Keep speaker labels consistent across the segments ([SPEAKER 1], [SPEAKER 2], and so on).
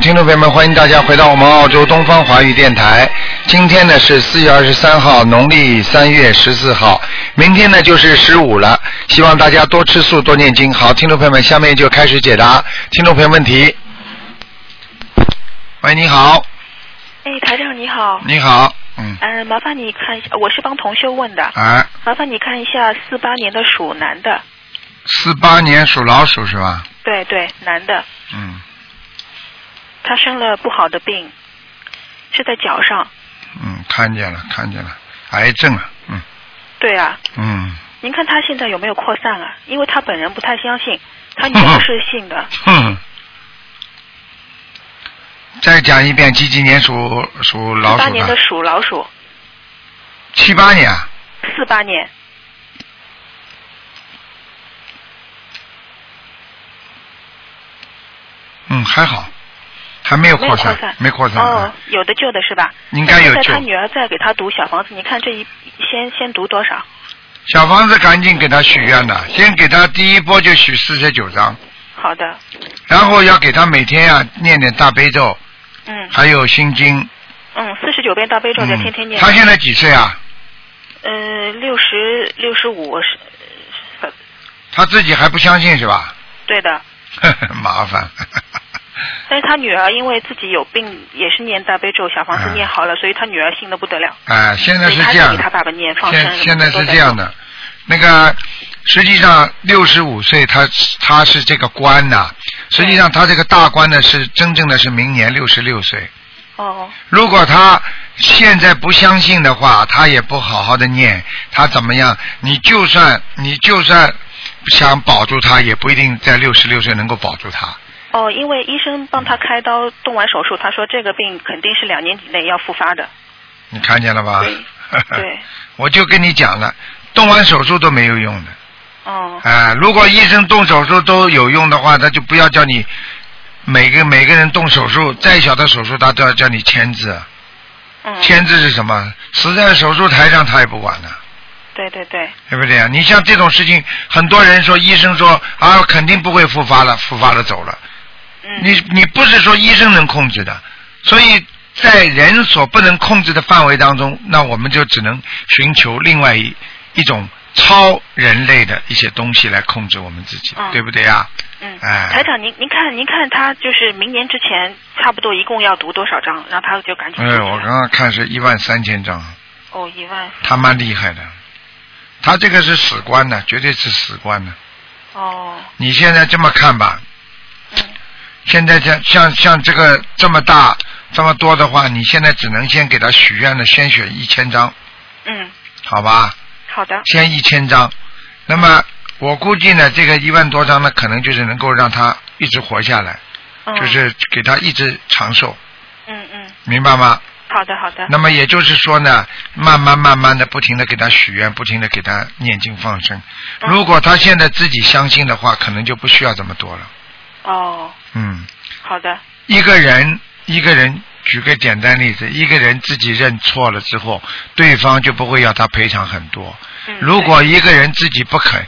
[SPEAKER 1] 听众朋友们，欢迎大家回到我们澳洲东方华语电台。今天呢是四月二十三号，农历三月十四号，明天呢就是十五了。希望大家多吃素，多念经。好，听众朋友们，下面就开始解答听众朋友问题。喂，你好，
[SPEAKER 2] 哎，台长你好。
[SPEAKER 1] 你好，嗯，
[SPEAKER 2] 嗯，麻烦你看一下，我是帮同修问的，
[SPEAKER 1] 哎，
[SPEAKER 2] 麻烦你看一下四八年的属男的，
[SPEAKER 1] 四八年属老鼠是吧？
[SPEAKER 2] 对对，男的，
[SPEAKER 1] 嗯
[SPEAKER 2] 他生了不好的病，是在脚上。
[SPEAKER 1] 嗯，看见了，看见了，癌症啊，嗯
[SPEAKER 2] 对啊，
[SPEAKER 1] 嗯，
[SPEAKER 2] 您看他现在有没有扩散啊？因为他本人不太相信，他女儿是信的，
[SPEAKER 1] 哼。嗯再讲一遍，几几年属属
[SPEAKER 2] 四
[SPEAKER 1] 老
[SPEAKER 2] 八
[SPEAKER 1] 鼠
[SPEAKER 2] 年的
[SPEAKER 1] 的？
[SPEAKER 2] 属老鼠，
[SPEAKER 1] 七八年啊。
[SPEAKER 2] 四八年，
[SPEAKER 1] 嗯，还好，还没有
[SPEAKER 2] 没有
[SPEAKER 1] 扩散，没扩散，
[SPEAKER 2] 哦
[SPEAKER 1] 嗯，
[SPEAKER 2] 有的救的是吧？
[SPEAKER 1] 应该有
[SPEAKER 2] 现在
[SPEAKER 1] 救
[SPEAKER 2] 他。女儿在给他读小房子，你看这一先先读多少？
[SPEAKER 1] 小房子赶紧给他许愿
[SPEAKER 2] 嗯
[SPEAKER 1] 的，先给他第一波就许四十九张，
[SPEAKER 2] 好的，
[SPEAKER 1] 然后要给他每天呀、念点大悲咒，
[SPEAKER 2] 嗯
[SPEAKER 1] 还有心经。
[SPEAKER 2] 嗯，四十九遍大悲咒，再天
[SPEAKER 1] 嗯，
[SPEAKER 2] 天念。
[SPEAKER 1] 他现在几岁啊？
[SPEAKER 2] 呃，六十六十五是，呃
[SPEAKER 1] 他自己还不相信是吧？
[SPEAKER 2] 对的。
[SPEAKER 1] 麻烦。
[SPEAKER 2] 但是他女儿因为自己有病，也是念大悲咒，小房子念好了，所以他女儿信的不得了。
[SPEAKER 1] 哎，嗯现在
[SPEAKER 2] 所以
[SPEAKER 1] 是
[SPEAKER 2] 他
[SPEAKER 1] 这样
[SPEAKER 2] 就给他
[SPEAKER 1] 的，
[SPEAKER 2] 爸爸念放生
[SPEAKER 1] 现
[SPEAKER 2] 什
[SPEAKER 1] 现
[SPEAKER 2] 么
[SPEAKER 1] 在
[SPEAKER 2] 的都
[SPEAKER 1] 是
[SPEAKER 2] 在
[SPEAKER 1] 这样的，那个实际上六十五岁他他是这个官呐、实际上他这个大官呢是真正的是明年六十六岁。
[SPEAKER 2] 做。哦，
[SPEAKER 1] 如果他现在不相信的话，他也不好好的念，他怎么样？你就算你就算想保住他，也不一定在六十六岁能够保住他。
[SPEAKER 2] 哦，因为医生帮他开刀动完手术，他说这个病肯定是两年以内要复发的。
[SPEAKER 1] 你看见了吧？嗯
[SPEAKER 2] 对，
[SPEAKER 1] 我就跟你讲了，动完手术都没有用的。
[SPEAKER 2] 哦，
[SPEAKER 1] 啊、如果医生动手术都有用的话，他就不要叫你每个每个人动手术，再小的手术他都要叫你签字。
[SPEAKER 2] 嗯，
[SPEAKER 1] 签字是什么？死在手术台上他也不管的。
[SPEAKER 2] 对对对，
[SPEAKER 1] 对不对啊？你像这种事情，很多人说医生说啊，肯定不会复发了，复发了走了。
[SPEAKER 2] 嗯，
[SPEAKER 1] 你你不是说医生能控制的，所以在人所不能控制的范围当中，那我们就只能寻求另外一一种超人类的一些东西来控制我们自己，
[SPEAKER 2] 嗯
[SPEAKER 1] 对不对啊？
[SPEAKER 2] 嗯，
[SPEAKER 1] 哎
[SPEAKER 2] 台长您您看您看他就是明年之前差不多一共要读多少章，让他就赶紧
[SPEAKER 1] 哎
[SPEAKER 2] 读起，来。
[SPEAKER 1] 我刚刚看是一万三千张，
[SPEAKER 2] 哦，一万
[SPEAKER 1] 他蛮厉害的，他这个是死关的，绝对是死关的。
[SPEAKER 2] 哦，
[SPEAKER 1] 你现在这么看吧，
[SPEAKER 2] 嗯
[SPEAKER 1] 现在像像像这个这么大这么多的话，你现在只能先给他许愿了，先选一千张，
[SPEAKER 2] 嗯，
[SPEAKER 1] 好吧？
[SPEAKER 2] 好的，
[SPEAKER 1] 先一千张。那么我估计呢，这个一万多张呢，可能就是能够让他一直活下来，
[SPEAKER 2] 嗯，
[SPEAKER 1] 就是给他一直长寿，
[SPEAKER 2] 嗯嗯，
[SPEAKER 1] 明白吗？
[SPEAKER 2] 好的好的，
[SPEAKER 1] 那么也就是说呢，慢慢慢慢的，不停的给他许愿，不停的给他念经放生。
[SPEAKER 2] 嗯
[SPEAKER 1] 如果他现在自己相信的话，可能就不需要这么多了。
[SPEAKER 2] 哦，
[SPEAKER 1] 嗯。
[SPEAKER 2] 好的，
[SPEAKER 1] 一个人，一个人，举个简单例子，一个人自己认错了之后，对方就不会要他赔偿很多。
[SPEAKER 2] 嗯，
[SPEAKER 1] 如果一个人自己不肯，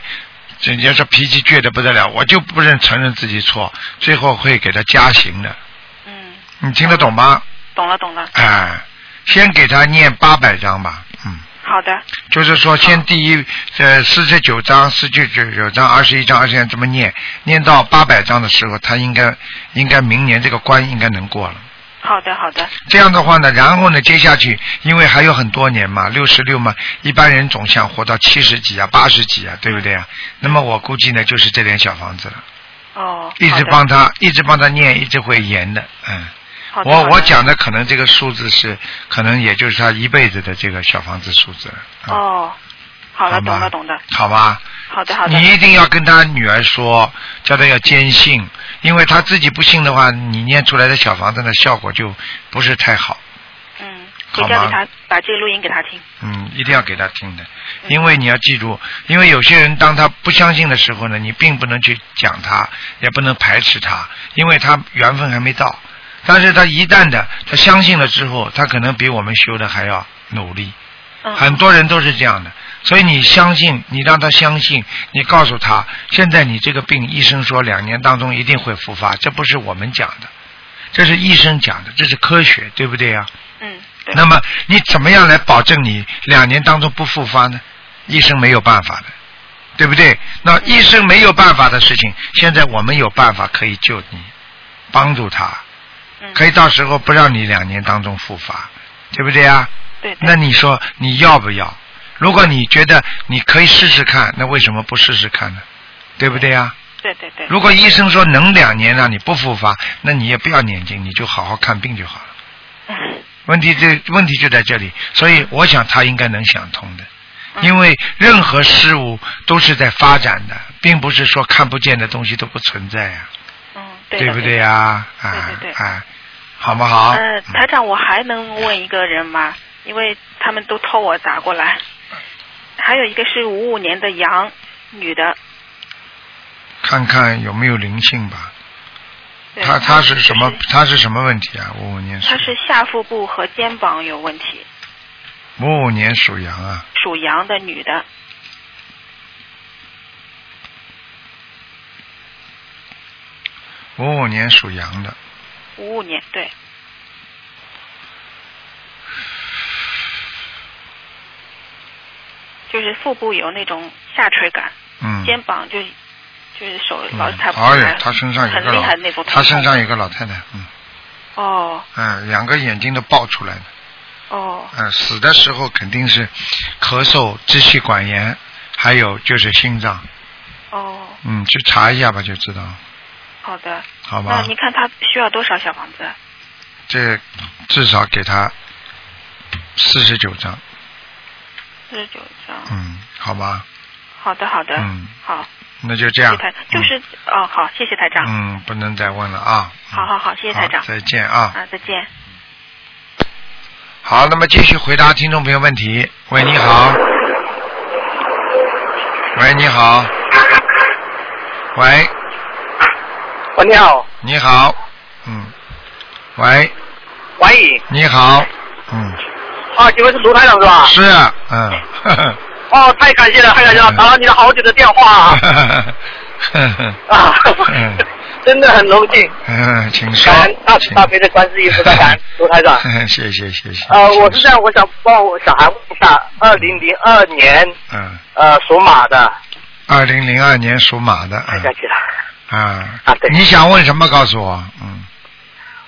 [SPEAKER 1] 人家说脾气倔得不得了，我就不认承认自己错，最后会给他加刑的。
[SPEAKER 2] 对嗯，
[SPEAKER 1] 你听得懂吗？
[SPEAKER 2] 懂了懂了，
[SPEAKER 1] 哎、先给他念八百章吧。嗯，
[SPEAKER 2] 好的，
[SPEAKER 1] 就是说，先第一，呃，四十九章、四十九九章、二十一章、二十一章这么念，念到八百章的时候，他应该应该明年这个关应该能过了。
[SPEAKER 2] 好的好的，
[SPEAKER 1] 这样的话呢，然后呢，接下去因为还有很多年嘛，六十六嘛，一般人总想活到七十几啊、八十几啊，对不对啊？那么我估计呢，就是这点小房子了，
[SPEAKER 2] 哦，
[SPEAKER 1] 一直
[SPEAKER 2] 好的
[SPEAKER 1] 帮他，一直帮他念，一直会延的，嗯。
[SPEAKER 2] 好的
[SPEAKER 1] 我
[SPEAKER 2] 好的
[SPEAKER 1] 我讲的可能这个数字是，可能也就是他一辈子的这个小房子数字了。啊，
[SPEAKER 2] 哦，好
[SPEAKER 1] 好
[SPEAKER 2] 了
[SPEAKER 1] 吗
[SPEAKER 2] 懂了懂的，
[SPEAKER 1] 好吧，
[SPEAKER 2] 好的好的，
[SPEAKER 1] 你一定要跟他女儿说，叫他要坚信，因为他自己不信的话，你念出来的小房子的效果就不是太好。
[SPEAKER 2] 嗯，
[SPEAKER 1] 好吗
[SPEAKER 2] 回家给他把这个录音给他听，
[SPEAKER 1] 嗯，一定要给他听的，
[SPEAKER 2] 嗯
[SPEAKER 1] 因为你要记住，因为有些人当他不相信的时候呢，你并不能去讲他，也不能排斥他，因为他缘分还没到。但是他一旦的他相信了之后，他可能比我们修的还要努力。
[SPEAKER 2] 嗯，
[SPEAKER 1] 很多人都是这样的，所以你相信，你让他相信，你告诉他，现在你这个病，医生说两年当中一定会复发，这不是我们讲的。这是医生讲的，这是科学，对不对啊？
[SPEAKER 2] 嗯，对。
[SPEAKER 1] 那么你怎么样来保证你两年当中不复发呢？医生没有办法的，对不对？那医生没有办法的事情，现在我们有办法可以救你，帮助他，
[SPEAKER 2] 嗯
[SPEAKER 1] 可以到时候不让你两年当中复发，对不对啊？
[SPEAKER 2] 对对
[SPEAKER 1] 那你说你要不要？如果你觉得你可以试试看，那为什么不试试看呢？对不对啊？
[SPEAKER 2] 对对对。
[SPEAKER 1] 如果医生说能两年让你不复发，那你也不要念经，你就好好看病就好了。
[SPEAKER 2] 嗯
[SPEAKER 1] 问题这问题就在这里，所以我想他应该能想通的，
[SPEAKER 2] 嗯
[SPEAKER 1] 因为任何事物都是在发展的，并不是说看不见的东西都不存在啊，
[SPEAKER 2] 嗯，对
[SPEAKER 1] 对
[SPEAKER 2] 的
[SPEAKER 1] 不
[SPEAKER 2] 对
[SPEAKER 1] 对
[SPEAKER 2] 的？
[SPEAKER 1] 呀？啊
[SPEAKER 2] 对对对
[SPEAKER 1] 啊，好不好？
[SPEAKER 2] 呃，台长，我还能问一个人吗？因为他们都托我打过来。还有一个是五五年的羊，女的。
[SPEAKER 1] 看看有没有灵性吧。
[SPEAKER 2] 对嗯
[SPEAKER 1] 他他是什么
[SPEAKER 2] 就？
[SPEAKER 1] 他是什么问题啊？五五年属
[SPEAKER 2] 她是下腹部和肩膀有问题，
[SPEAKER 1] 五五年属羊啊，
[SPEAKER 2] 属羊的女的。
[SPEAKER 1] 五五年属羊的，
[SPEAKER 2] 五五年，对，就是腹部有那种下垂感，
[SPEAKER 1] 嗯。
[SPEAKER 2] 肩膀就就是手
[SPEAKER 1] 嗯
[SPEAKER 2] 老是抬不
[SPEAKER 1] 哎
[SPEAKER 2] 起来，
[SPEAKER 1] 呀，他身上有
[SPEAKER 2] 很
[SPEAKER 1] 个
[SPEAKER 2] 厉
[SPEAKER 1] 老
[SPEAKER 2] 害那种，疼
[SPEAKER 1] 他身上有个老太太，嗯
[SPEAKER 2] 哦
[SPEAKER 1] 嗯，两个眼睛都爆出来了。
[SPEAKER 2] 哦
[SPEAKER 1] 嗯，死的时候肯定是咳嗽、支气管炎，还有就是心脏。
[SPEAKER 2] 哦，
[SPEAKER 1] 嗯，去查一下吧，就知道，
[SPEAKER 2] 好的，
[SPEAKER 1] 好
[SPEAKER 2] 那
[SPEAKER 1] 吧？
[SPEAKER 2] 您看他需要多少小房子？
[SPEAKER 1] 这至少给他四十九张，
[SPEAKER 2] 四十九张，
[SPEAKER 1] 嗯，好吧？
[SPEAKER 2] 好的好的，
[SPEAKER 1] 嗯
[SPEAKER 2] 好，
[SPEAKER 1] 那就这
[SPEAKER 2] 谢
[SPEAKER 1] 样
[SPEAKER 2] 谢台，，就是哦好，谢谢台
[SPEAKER 1] 嗯
[SPEAKER 2] 长，
[SPEAKER 1] 嗯，不能再问了啊。嗯
[SPEAKER 2] 好好好，谢谢台长
[SPEAKER 1] 好，再见啊。
[SPEAKER 2] 啊再见。
[SPEAKER 1] 好，那么继续回答听众朋友问题。喂，你好。喂，你好。喂，
[SPEAKER 3] 喂，哦你好，
[SPEAKER 1] 你好。嗯。喂，
[SPEAKER 3] 喂，
[SPEAKER 1] 你好。嗯。
[SPEAKER 3] 啊，请问是卢台长是吧？
[SPEAKER 1] 是，嗯，呵呵
[SPEAKER 3] 哦，太感谢了，太感谢了，打了你的好久的电话 啊，
[SPEAKER 1] 呵呵
[SPEAKER 3] 啊
[SPEAKER 1] 嗯，
[SPEAKER 3] 真的很荣幸，
[SPEAKER 1] 嗯， 请说
[SPEAKER 3] 啊感恩，大慈
[SPEAKER 1] 请
[SPEAKER 3] 大悲的观世音菩萨，感恩
[SPEAKER 1] 啊
[SPEAKER 3] 卢台长。
[SPEAKER 1] 呵呵 谢谢谢谢。
[SPEAKER 3] 呃，我是这样，我想帮我小孩问一下，二零零二年
[SPEAKER 1] 嗯，
[SPEAKER 3] 呃属马的，
[SPEAKER 1] 二零零二年属马的，
[SPEAKER 3] 太感
[SPEAKER 1] 嗯
[SPEAKER 3] 谢了。
[SPEAKER 1] 啊
[SPEAKER 3] 啊对，
[SPEAKER 1] 你想问什么？告诉我，嗯，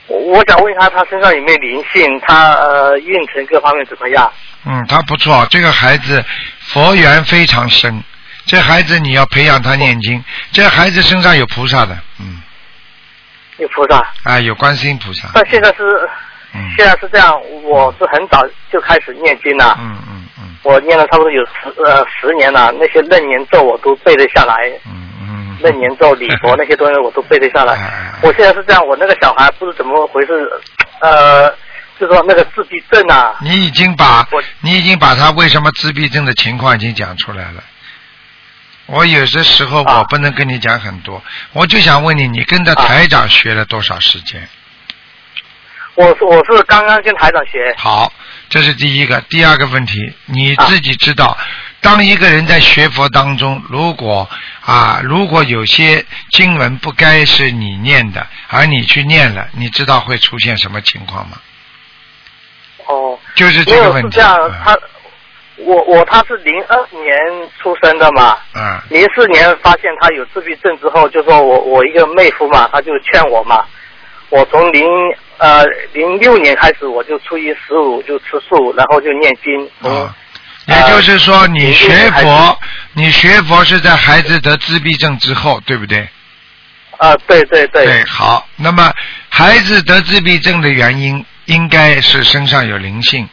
[SPEAKER 3] 我我想问一下，他身上有没有灵性？他呃运程各方面怎么样？
[SPEAKER 1] 嗯，他不错，这个孩子佛缘非常深，这孩子你要培养他念经，这孩子身上有菩萨的，嗯，
[SPEAKER 3] 有菩萨？
[SPEAKER 1] 啊，有观世音菩萨，
[SPEAKER 3] 但现在是
[SPEAKER 1] 嗯
[SPEAKER 3] 现在是这样，我是很早就开始念经了。
[SPEAKER 1] 嗯嗯嗯
[SPEAKER 3] 我念了差不多有十呃十年了，那些楞严咒我都背得下来，
[SPEAKER 1] 嗯嗯，
[SPEAKER 3] 楞严咒、礼 佛那些东西我都背得下
[SPEAKER 1] 哎
[SPEAKER 3] 来。
[SPEAKER 1] 哎哎
[SPEAKER 3] 我现在是这样，我那个小孩不知怎么回事，呃，就说那个自闭症啊，
[SPEAKER 1] 你已经把
[SPEAKER 3] 我
[SPEAKER 1] 你已经把他为什么自闭症的情况已经讲出来了。我有些时候
[SPEAKER 3] 啊
[SPEAKER 1] 我不能跟你讲很多，我就想问你，你跟着台长学了多少时间？
[SPEAKER 3] 我是我是刚刚跟台长学，
[SPEAKER 1] 好，这是第一个。第二个问
[SPEAKER 3] 啊
[SPEAKER 1] 题，你自己知道，当一个人在学佛当中，如果啊，如果有些经文不该是你念的，而你去念了，你知道会出现什么情况吗？
[SPEAKER 3] 哦，
[SPEAKER 1] 就是
[SPEAKER 3] 没
[SPEAKER 1] 这个
[SPEAKER 3] 有
[SPEAKER 1] 问
[SPEAKER 3] 是
[SPEAKER 1] 题。啊嗯
[SPEAKER 3] 这样，他我我他是零二年出生的嘛，
[SPEAKER 1] 嗯
[SPEAKER 3] 零四年发现他有自闭症之后，就说我我一个妹夫嘛，他就劝我嘛，我从零呃零六年开始，我就初一十五就吃素，然后就念经，从、
[SPEAKER 1] 啊，也就是说，你学佛，你学佛是在孩子得自闭症之后，对不对？
[SPEAKER 3] 啊对对对，
[SPEAKER 1] 好。那么，孩子得自闭症的原因应该是身上有灵性。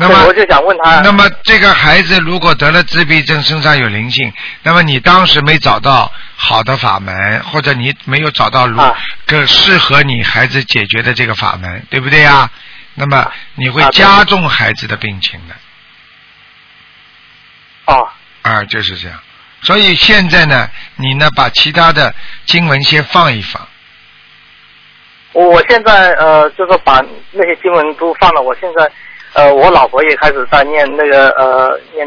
[SPEAKER 1] 那
[SPEAKER 3] 对
[SPEAKER 1] 么
[SPEAKER 3] 我，就想问他，
[SPEAKER 1] 那么这个孩子如果得了自闭症，身上有灵性，那么你当时没找到好的法门，或者你没有找到如
[SPEAKER 3] 啊
[SPEAKER 1] 个适合你孩子解决的这个法门，对不对呀？
[SPEAKER 3] 嗯
[SPEAKER 1] 那么你会
[SPEAKER 3] 啊对
[SPEAKER 1] 加重孩子的病情的。
[SPEAKER 3] 哦
[SPEAKER 1] 啊，就是这样。所以现在呢，你呢把其他的经文先放一放，
[SPEAKER 3] 我我现在呃，就是把那些经文都放了。我现在呃，我老婆也开始在念那个呃，念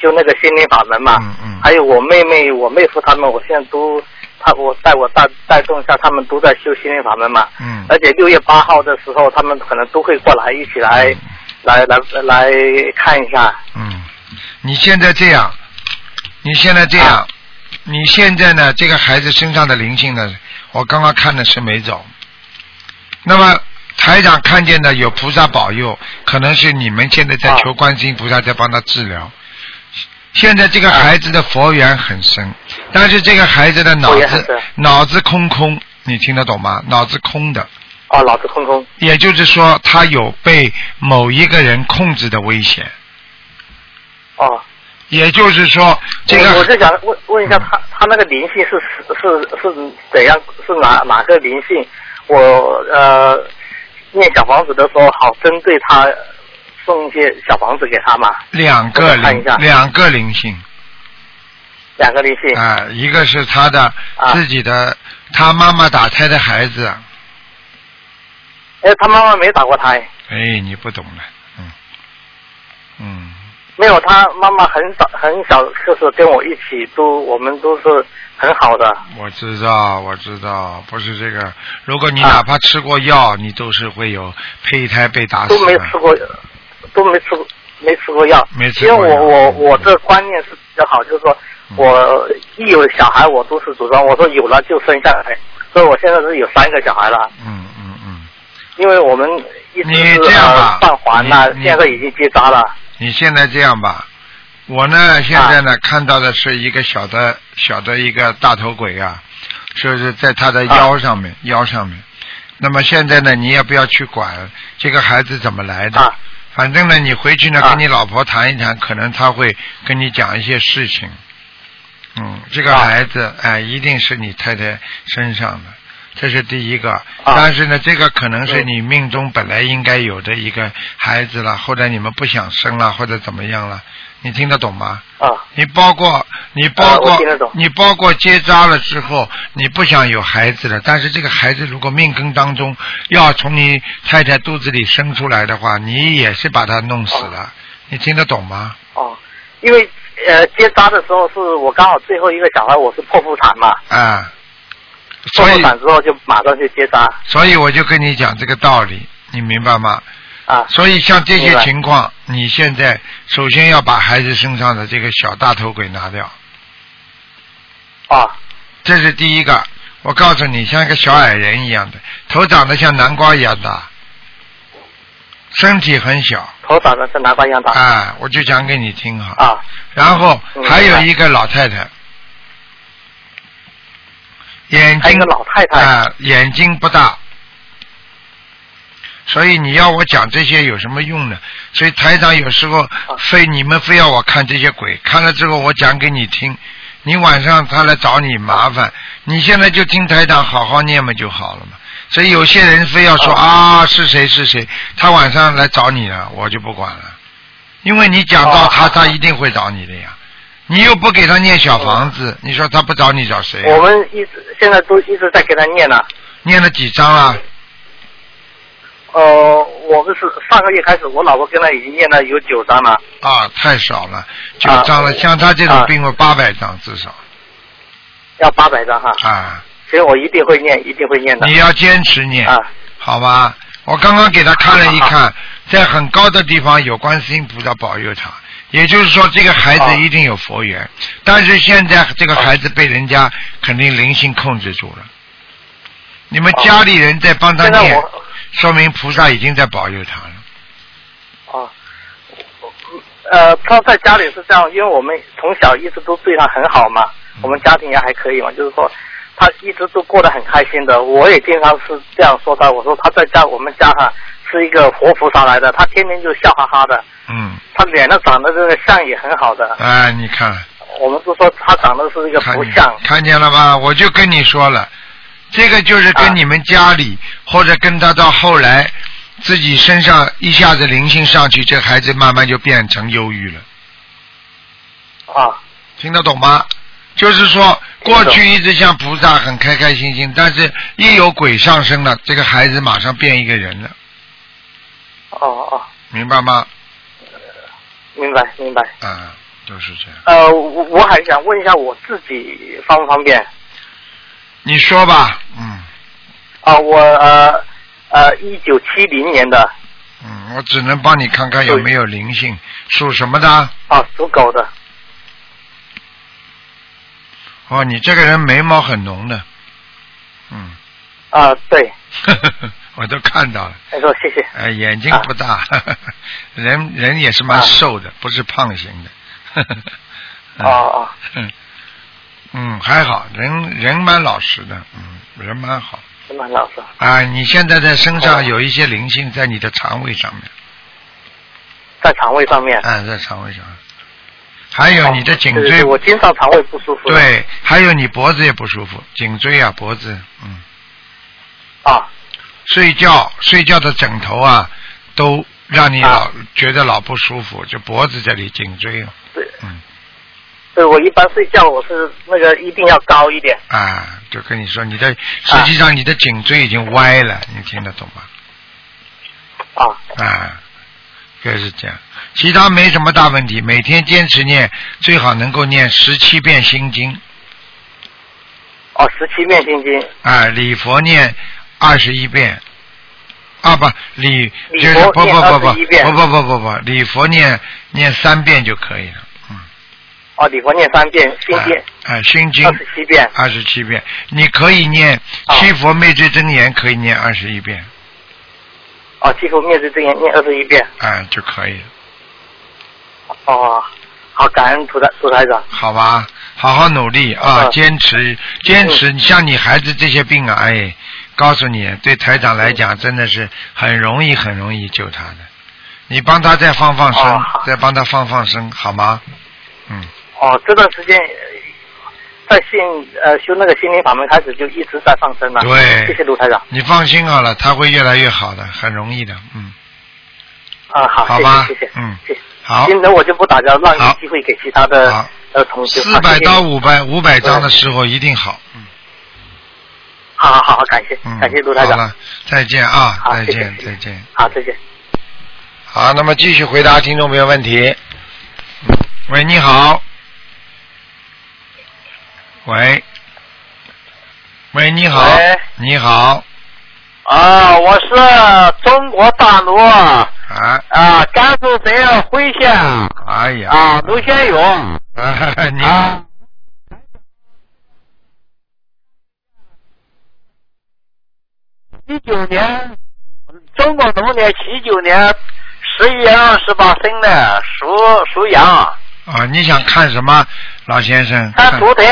[SPEAKER 3] 修那个心灵法门嘛。
[SPEAKER 1] 嗯嗯
[SPEAKER 3] 还有我妹妹、我妹夫他们，我现在都他我带我带带动一下，他们都在修心灵法门嘛。
[SPEAKER 1] 嗯
[SPEAKER 3] 而且六月八号的时候，他们可能都会过来一起来，来来来看一下。
[SPEAKER 1] 嗯，你现在这样，你现在这样，
[SPEAKER 3] 啊
[SPEAKER 1] 你现在呢，这个孩子身上的灵性呢，我刚刚看的是没走。那么台长看见的有菩萨保佑，可能是你们现在在
[SPEAKER 3] 啊
[SPEAKER 1] 求观世音菩萨在帮他治疗。现在这个孩子的佛缘很深，但是这个孩子的脑
[SPEAKER 3] 佛缘很
[SPEAKER 1] 子
[SPEAKER 3] 深
[SPEAKER 1] 脑子空空，你听得懂吗？脑子空的，
[SPEAKER 3] 哦，脑子空空。
[SPEAKER 1] 也就是说他有被某一个人控制的危险。
[SPEAKER 3] 哦，
[SPEAKER 1] 也就是说，这
[SPEAKER 3] 我我
[SPEAKER 1] 个
[SPEAKER 3] 就想问问一下他，他那个灵性是是是怎样？是哪哪个灵性？我呃念小房子的时候，好针对他送一些小房子给他嘛，
[SPEAKER 1] 两个
[SPEAKER 3] 我看
[SPEAKER 1] 灵
[SPEAKER 3] 一下
[SPEAKER 1] 两个灵性
[SPEAKER 3] 两个灵性。
[SPEAKER 1] 啊、一个是他的、
[SPEAKER 3] 啊
[SPEAKER 1] 自己的，他妈妈打胎的孩子，
[SPEAKER 3] 哎，他妈妈没打过胎，
[SPEAKER 1] 哎，你不懂了，嗯嗯
[SPEAKER 3] 没有，他妈妈很早很小，就是跟我一起都，我们都是很好的。
[SPEAKER 1] 我知道，我知道，不是这个。如果你
[SPEAKER 3] 啊
[SPEAKER 1] 哪怕吃过药，你都是会有胚胎被打死
[SPEAKER 3] 都
[SPEAKER 1] 啊的。
[SPEAKER 3] 没吃过，都没吃过，没吃过药。
[SPEAKER 1] 没吃过药
[SPEAKER 3] 因为我我我这观念是比较好，就是说
[SPEAKER 1] 嗯
[SPEAKER 3] 我一有小孩，我都是主张我说有了就生下来，所以我现在是有三个小孩了。
[SPEAKER 1] 嗯嗯嗯，
[SPEAKER 3] 因为我们一直
[SPEAKER 1] 你
[SPEAKER 3] 是
[SPEAKER 1] 这样吧
[SPEAKER 3] 呃放环了
[SPEAKER 1] 你，你
[SPEAKER 3] 现在已经结扎了。
[SPEAKER 1] 你现在这样吧，我呢现在呢、看到的是一个小的小的一个大头鬼啊，就是在他的腰上面、腰上面。那么现在呢，你也不要去管这个孩子怎么来的，
[SPEAKER 3] 啊
[SPEAKER 1] 反正呢，你回去呢、
[SPEAKER 3] 啊
[SPEAKER 1] 跟你老婆谈一谈，可能她会跟你讲一些事情。嗯，这个
[SPEAKER 3] 啊
[SPEAKER 1] 孩子、哎，一定是你太太身上的，这是第一个。
[SPEAKER 3] 啊
[SPEAKER 1] 但是呢，这个可能是
[SPEAKER 3] 嗯
[SPEAKER 1] 你命中本来应该有的一个孩子了，后来你们不想生了，或者怎么样了，你听得懂吗？
[SPEAKER 3] 啊
[SPEAKER 1] 你包括你包括、
[SPEAKER 3] 我听得懂
[SPEAKER 1] 你包括结扎了之后，你不想有孩子了，但是这个孩子如果命根当中要从你太太肚子里生出来的话，你也是把他弄死了，你听得懂吗？
[SPEAKER 3] 哦，因为呃结扎的时候是我刚好最后一个小孩，我是剖腹产嘛，
[SPEAKER 1] 啊，
[SPEAKER 3] 剖
[SPEAKER 1] 所以
[SPEAKER 3] 腹产之后就马上就结扎
[SPEAKER 1] 所以我就跟你讲这个道理，你明白吗？
[SPEAKER 3] 啊。
[SPEAKER 1] 所以像这些
[SPEAKER 3] 明白
[SPEAKER 1] 情况，你现在首先要把孩子身上的这个小大头鬼拿掉，
[SPEAKER 3] 啊
[SPEAKER 1] 这是第一个。我告诉你，像一个小矮人一样的，头长得像南瓜一样大，身体很小，
[SPEAKER 3] 头长的是南瓜一样大
[SPEAKER 1] 啊，我就讲给你听哈。
[SPEAKER 3] 啊
[SPEAKER 1] 然后
[SPEAKER 3] 嗯
[SPEAKER 1] 还有
[SPEAKER 3] 明白
[SPEAKER 1] 一个老太太，眼
[SPEAKER 3] 还
[SPEAKER 1] 睛
[SPEAKER 3] 有一个老太太
[SPEAKER 1] 啊、眼睛不大，所以你要我讲这些有什么用呢？所以台长有时
[SPEAKER 3] 啊
[SPEAKER 1] 候非你们非要我看这些鬼，看了之后我讲给你听，你晚上他来找你麻烦，你现在就听台长好好念嘛就好了嘛。所以有些人非要说啊是谁是谁，他晚上来找你了，我就不管了，因为你讲到他，
[SPEAKER 3] 哦
[SPEAKER 1] 他一定会找你的呀。你又不给他念小房子，你说他不找你找谁啊、
[SPEAKER 3] 哦我们一直现在都一直在给他念了。
[SPEAKER 1] 念了几张啊了？
[SPEAKER 3] 呃，我们是上个月开始，我老婆跟他已经念了有九章了。
[SPEAKER 1] 啊，太少了，九
[SPEAKER 3] 啊
[SPEAKER 1] 张了。像他这种
[SPEAKER 3] 啊
[SPEAKER 1] 病，我八百张至少
[SPEAKER 3] 要八百张哈，
[SPEAKER 1] 啊。
[SPEAKER 3] 所以我一定会念，一定会念的
[SPEAKER 1] 你要坚持念，
[SPEAKER 3] 啊
[SPEAKER 1] 好吧？我刚刚给他看了一看，在很高的地方有观世音菩萨保佑他，也就是说这个孩
[SPEAKER 3] 啊
[SPEAKER 1] 子一定有佛缘。但是现在这个孩子被人家肯定灵性控制住了，你们
[SPEAKER 3] 啊
[SPEAKER 1] 家里人在帮他
[SPEAKER 3] 现在
[SPEAKER 1] 念，
[SPEAKER 3] 我
[SPEAKER 1] 说明菩萨已经在保佑他了。
[SPEAKER 3] 哦，呃，他在家里是这样，因为我们从小一直都对他很好嘛，
[SPEAKER 1] 嗯
[SPEAKER 3] 我们家庭也还可以嘛，就是说他一直都过得很开心的。我也经常是这样说他，我说他在家我们家哈是一个活菩萨来的，他天天就笑哈哈的，
[SPEAKER 1] 嗯，
[SPEAKER 3] 他脸上长得这个相也很好的，
[SPEAKER 1] 哎，你看。
[SPEAKER 3] 我们都说他长得是一个
[SPEAKER 1] 看
[SPEAKER 3] 福
[SPEAKER 1] 见
[SPEAKER 3] 相。
[SPEAKER 1] 看见了吧？我就跟你说了，这个就是跟你们家里、或者跟他到后来自己身上一下子灵性上去，这孩子慢慢就变成忧郁了，
[SPEAKER 3] 啊
[SPEAKER 1] 听得懂吗？就是说，
[SPEAKER 3] 听
[SPEAKER 1] 过
[SPEAKER 3] 得懂
[SPEAKER 1] 去一直像菩萨很开开心心，但是一有鬼上身了，这个孩子马上变一个人了，
[SPEAKER 3] 哦哦，
[SPEAKER 1] 明白吗？
[SPEAKER 3] 明白明白。
[SPEAKER 1] 啊，就是这样。
[SPEAKER 3] 呃，我我还想问一下我自己方不方便？
[SPEAKER 1] 你说吧，嗯
[SPEAKER 3] 啊，我呃呃一九七零年的
[SPEAKER 1] 嗯，我只能帮你看看有没有灵性，属什么的？
[SPEAKER 3] 啊，属狗的
[SPEAKER 1] 哦，你这个人眉毛很浓的，嗯，
[SPEAKER 3] 啊，对，
[SPEAKER 1] 我都看到了，
[SPEAKER 3] 没错，谢谢。
[SPEAKER 1] 哎，眼睛不大，
[SPEAKER 3] 啊
[SPEAKER 1] 人人也是蛮瘦的，不是胖型的，
[SPEAKER 3] 哦哦，
[SPEAKER 1] 嗯，嗯，还好，人人蛮老实的，嗯，人蛮好。
[SPEAKER 3] 是蛮老实。
[SPEAKER 1] 啊，你现在在身
[SPEAKER 3] 哦
[SPEAKER 1] 上有一些灵性在你的肠胃上面，
[SPEAKER 3] 在肠胃方面，
[SPEAKER 1] 啊，在肠胃上，还有哎你的颈
[SPEAKER 3] 哦对对
[SPEAKER 1] 椎
[SPEAKER 3] 对，，我经常肠胃不舒服。
[SPEAKER 1] 对，还有你脖子也不舒服，颈椎啊，脖子，嗯，
[SPEAKER 3] 啊，
[SPEAKER 1] 睡觉睡觉的枕头啊，都让你老、
[SPEAKER 3] 啊
[SPEAKER 1] 觉得老不舒服，就脖子这里、颈椎，
[SPEAKER 3] 对
[SPEAKER 1] 嗯，
[SPEAKER 3] 对我一般睡觉我是那个一定要高一点。
[SPEAKER 1] 啊，就跟你说，你的实际上你的颈椎已经歪了，你听得懂吗？
[SPEAKER 3] 啊
[SPEAKER 1] 啊，就是这样，其他没什么大问题。每天坚持念，最好能够念十七遍心经，
[SPEAKER 3] 哦，十七面心经，
[SPEAKER 1] 啊，礼佛念二十一遍，啊不，礼
[SPEAKER 3] 礼
[SPEAKER 1] 就是
[SPEAKER 3] 佛
[SPEAKER 1] 不不
[SPEAKER 3] 念
[SPEAKER 1] 不不
[SPEAKER 3] 21遍
[SPEAKER 1] 不不不不不，礼佛念念三遍就可以了，嗯，
[SPEAKER 3] 哦，礼佛念三遍，心经
[SPEAKER 1] 啊，啊心经
[SPEAKER 3] 二十七遍，
[SPEAKER 1] 二十七遍，你可以念
[SPEAKER 3] 啊
[SPEAKER 1] 七佛灭罪真言，可以念二十一遍，
[SPEAKER 3] 哦，七佛灭罪真言念二十一遍，
[SPEAKER 1] 啊就可以了，
[SPEAKER 3] 哦，好，感恩涂台涂台长，
[SPEAKER 1] 好吧，好好努力啊，
[SPEAKER 3] 啊
[SPEAKER 1] 坚持坚持，像你孩子这些病啊，哎，告诉你，对台长来
[SPEAKER 3] 嗯
[SPEAKER 1] 讲真的是很容易很容易救他的，你帮他再放放生，
[SPEAKER 3] 哦好
[SPEAKER 1] 再帮他放放生，好吗？嗯，
[SPEAKER 3] 哦，这段时间呃在信呃修那个心灵法门开始就一直在放生了，
[SPEAKER 1] 对
[SPEAKER 3] 谢谢卢台长，
[SPEAKER 1] 你放心好了，他会越来越好的，很容易的，嗯，
[SPEAKER 3] 啊，好，
[SPEAKER 1] 好吧
[SPEAKER 3] 谢谢谢谢，
[SPEAKER 1] 嗯
[SPEAKER 3] 谢谢。
[SPEAKER 1] 好，
[SPEAKER 3] 今天我就不打扰，让
[SPEAKER 1] 好
[SPEAKER 3] 有机会给其他的
[SPEAKER 1] 好
[SPEAKER 3] 呃同学。
[SPEAKER 1] 四百到
[SPEAKER 3] 好，嗯
[SPEAKER 1] 五百五百张的时候一定好，嗯
[SPEAKER 3] 好好好，感谢
[SPEAKER 1] 嗯，
[SPEAKER 3] 感谢卢台
[SPEAKER 1] 好
[SPEAKER 3] 长，
[SPEAKER 1] 了，再见啊，
[SPEAKER 3] 好
[SPEAKER 1] 再
[SPEAKER 3] 谢谢
[SPEAKER 1] 见
[SPEAKER 3] 谢谢
[SPEAKER 1] 再见。
[SPEAKER 3] 好，再见。
[SPEAKER 1] 好，那么继续回答听众朋友问题。喂，你好。喂，喂，你好
[SPEAKER 3] 哎
[SPEAKER 4] 喂，
[SPEAKER 1] 你好，
[SPEAKER 4] 啊，我是中国大陆啊，
[SPEAKER 1] 啊，
[SPEAKER 4] 啊甘肃省辉县
[SPEAKER 1] 哎呀，
[SPEAKER 4] 啊，卢先勇
[SPEAKER 1] 啊， 你
[SPEAKER 4] 啊
[SPEAKER 1] 好，，
[SPEAKER 4] 一九年，中国农历七九年十一月二十八生的，属属羊，
[SPEAKER 1] 啊，你想看什么，老先生？
[SPEAKER 4] 看图腾，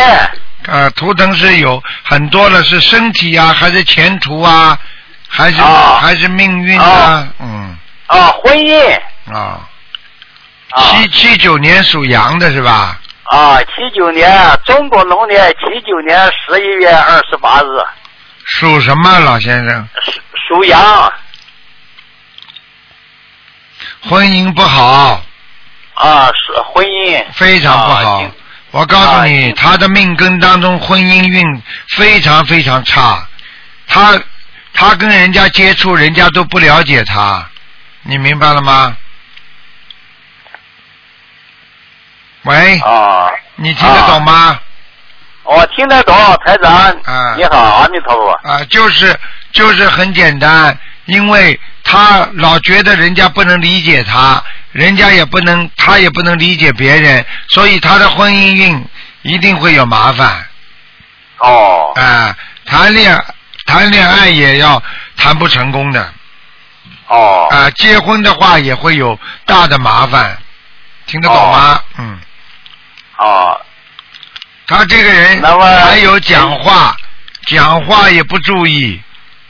[SPEAKER 1] 啊，图腾是有很多了，是身体啊，还是前途啊，还是、
[SPEAKER 4] 啊
[SPEAKER 1] 还是命运啊？嗯，
[SPEAKER 4] 啊，婚姻，
[SPEAKER 1] 啊，
[SPEAKER 4] 啊
[SPEAKER 1] 七七九年属羊的是吧？
[SPEAKER 4] 啊，七九年，中国农历七九年十一月二十八日，
[SPEAKER 1] 属什么，老先生？
[SPEAKER 4] 属属羊
[SPEAKER 1] 婚姻不好，
[SPEAKER 4] 啊，是婚姻
[SPEAKER 1] 非常不好。
[SPEAKER 4] 啊
[SPEAKER 1] 我告诉你，
[SPEAKER 4] 啊
[SPEAKER 1] 他的命根当中婚姻运非常非常差，他他跟人家接触，人家都不了解他，你明白了吗？喂，
[SPEAKER 4] 啊。
[SPEAKER 1] 你听得懂吗？
[SPEAKER 4] 我听得懂，台长。
[SPEAKER 1] 啊
[SPEAKER 4] 你好，阿弥陀佛。
[SPEAKER 1] 啊，就是就是很简单，因为他老觉得人家不能理解他，人家也不能，他也不能理解别人，所以他的婚姻运一定会有麻烦
[SPEAKER 4] 哦，
[SPEAKER 1] 啊。谈恋谈恋爱也要谈不成功的
[SPEAKER 4] 哦，
[SPEAKER 1] 啊，结婚的话也会有大的麻烦，听得懂吗？嗯，
[SPEAKER 4] 哦，
[SPEAKER 1] 他这个人
[SPEAKER 4] 那么
[SPEAKER 1] 还有讲话，讲话也不注意，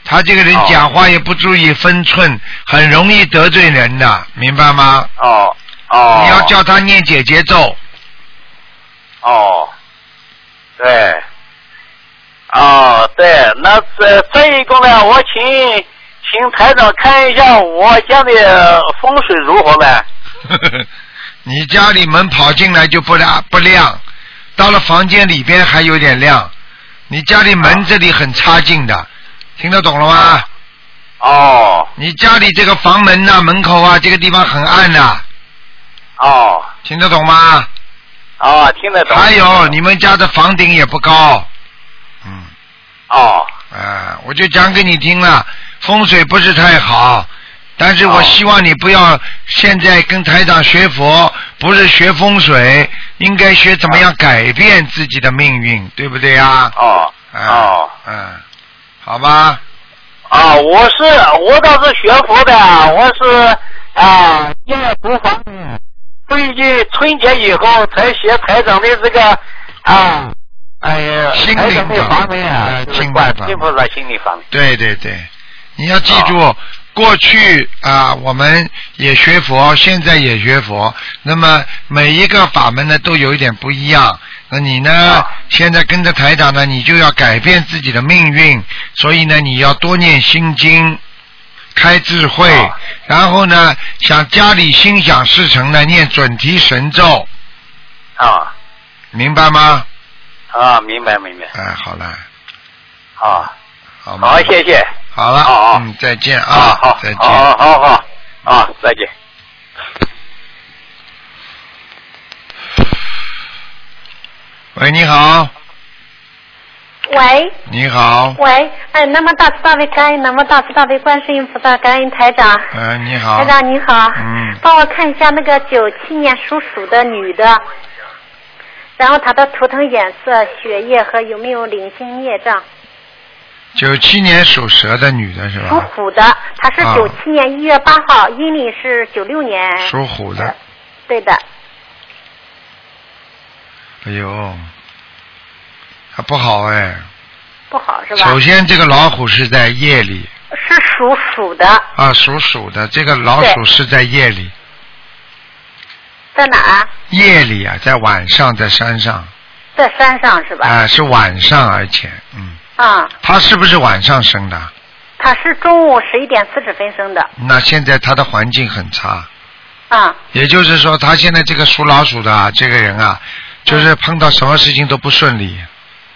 [SPEAKER 1] 他这个人
[SPEAKER 4] 哦
[SPEAKER 1] 讲话也不注意分寸，很容易得罪人的，明白吗？
[SPEAKER 4] 哦，哦。
[SPEAKER 1] 你要叫他念姐姐咒，
[SPEAKER 4] 哦，对，哦，对，那这这一个呢，我请请台长看一下我家的风水如何呗？
[SPEAKER 1] 你家里门跑进来就不亮不亮，到了房间里边还有点亮，你家里门
[SPEAKER 4] 哦
[SPEAKER 1] 这里很差劲的，听得懂了吗？
[SPEAKER 4] 哦，
[SPEAKER 1] 你家里这个房门呐、门口啊，这个地方很暗呐、
[SPEAKER 4] 哦，
[SPEAKER 1] 听得懂吗？
[SPEAKER 4] 哦，听得懂。
[SPEAKER 1] 还有你们家的房顶也不高，嗯，
[SPEAKER 4] 哦，
[SPEAKER 1] 啊，我就讲给你听了，风水不是太好，但是我
[SPEAKER 4] 哦
[SPEAKER 1] 希望你不要现在跟台长学佛，不是学风水，应该学怎么样改变自己的命运，对不对呀？
[SPEAKER 4] 哦，
[SPEAKER 1] 啊
[SPEAKER 4] 哦。
[SPEAKER 1] 嗯，好吧，
[SPEAKER 4] 啊，我是我倒是学佛的，我是啊，因为厨房，最近春节以后才学台长的这个啊，哎呀，
[SPEAKER 1] 嗯心灵
[SPEAKER 4] 台长
[SPEAKER 1] 法
[SPEAKER 4] 这方面啊
[SPEAKER 1] 呃，
[SPEAKER 4] 就是
[SPEAKER 1] 心灵
[SPEAKER 4] 管
[SPEAKER 1] 法
[SPEAKER 4] 进步在心理方面。
[SPEAKER 1] 对对对，你要记住。
[SPEAKER 4] 啊
[SPEAKER 1] 过去啊，我们也学佛，现在也学佛。那么每一个法门呢，都有一点不一样。那你呢？
[SPEAKER 4] 啊
[SPEAKER 1] 现在跟着台长呢，你就要改变自己的命运。所以呢，你要多念心经，开智慧。
[SPEAKER 4] 啊
[SPEAKER 1] 然后呢，想家里心想事成呢，念准提神咒，
[SPEAKER 4] 啊
[SPEAKER 1] 明白吗？
[SPEAKER 4] 啊，明白明白
[SPEAKER 1] 哎，好了，
[SPEAKER 4] 啊，
[SPEAKER 1] 好吗？
[SPEAKER 4] 好，谢谢
[SPEAKER 1] 好了，
[SPEAKER 4] 好好
[SPEAKER 1] 嗯，再见啊，
[SPEAKER 4] 啊，好，
[SPEAKER 1] 再见。
[SPEAKER 4] 好好好啊，再见。
[SPEAKER 1] 喂，你好，
[SPEAKER 5] 喂
[SPEAKER 1] 你好，
[SPEAKER 5] 喂，哎，那么大慈大悲感恩，那么大慈大悲观世音菩萨感恩台长，
[SPEAKER 1] 嗯、你好，
[SPEAKER 5] 台长你好，
[SPEAKER 1] 嗯
[SPEAKER 5] 帮我看一下那个九七年属鼠的女的，然后她的图腾颜色、血液和有没有灵性业障？
[SPEAKER 1] 九七年属蛇的女的是
[SPEAKER 5] 属
[SPEAKER 1] 吧？
[SPEAKER 5] 虎的，她是
[SPEAKER 1] 啊
[SPEAKER 5] 九七年一月八号，阴历是九六年，
[SPEAKER 1] 属虎的，
[SPEAKER 5] 对的，
[SPEAKER 1] 哎呦，还不好哎。
[SPEAKER 5] 不好是吧
[SPEAKER 1] 首？先，这个老虎是在夜里
[SPEAKER 5] 是属鼠的，
[SPEAKER 1] 啊，属鼠的这个老鼠
[SPEAKER 5] 对
[SPEAKER 1] 是在夜里，
[SPEAKER 5] 在哪儿啊？
[SPEAKER 1] 夜里啊，在晚上，在山上
[SPEAKER 5] 在山上是吧？
[SPEAKER 1] 啊，是晚上，而且嗯，
[SPEAKER 5] 啊、
[SPEAKER 1] 它是不是晚上生的？
[SPEAKER 5] 她是中午十一点四十分生的，
[SPEAKER 1] 那现在它的环境很差，
[SPEAKER 5] 啊、
[SPEAKER 1] 也就是说，他现在这个属老鼠的啊，这个人啊，就是碰到什么事情都不顺利，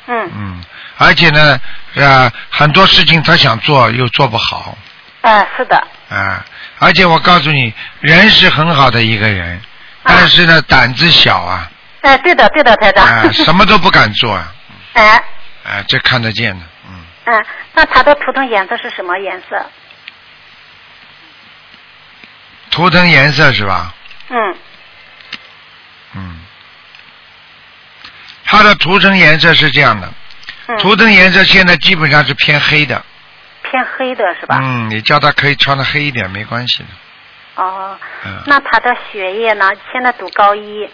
[SPEAKER 5] 嗯
[SPEAKER 1] 嗯，而且呢，呃，很多事情他想做又做不好，
[SPEAKER 5] 哎、是的，
[SPEAKER 1] 啊，而且我告诉你，人是很好的一个人，但是呢，胆子小啊，
[SPEAKER 5] 哎、对的，对的，台长。
[SPEAKER 1] 啊，什么都不敢做，啊，
[SPEAKER 5] 哎，
[SPEAKER 1] 啊，这看得见的，嗯，
[SPEAKER 5] 嗯，那它的图腾颜色是什么颜色？
[SPEAKER 1] 图腾颜色是吧？
[SPEAKER 5] 嗯，
[SPEAKER 1] 嗯，它的图腾颜色是这样的，
[SPEAKER 5] 嗯
[SPEAKER 1] 图腾颜色现在基本上是偏黑的，
[SPEAKER 5] 偏黑的是吧？
[SPEAKER 1] 嗯，你叫他可以穿的黑一点，没关系的。
[SPEAKER 5] 哦，
[SPEAKER 1] 嗯
[SPEAKER 5] 那它的学业呢？现在读高一。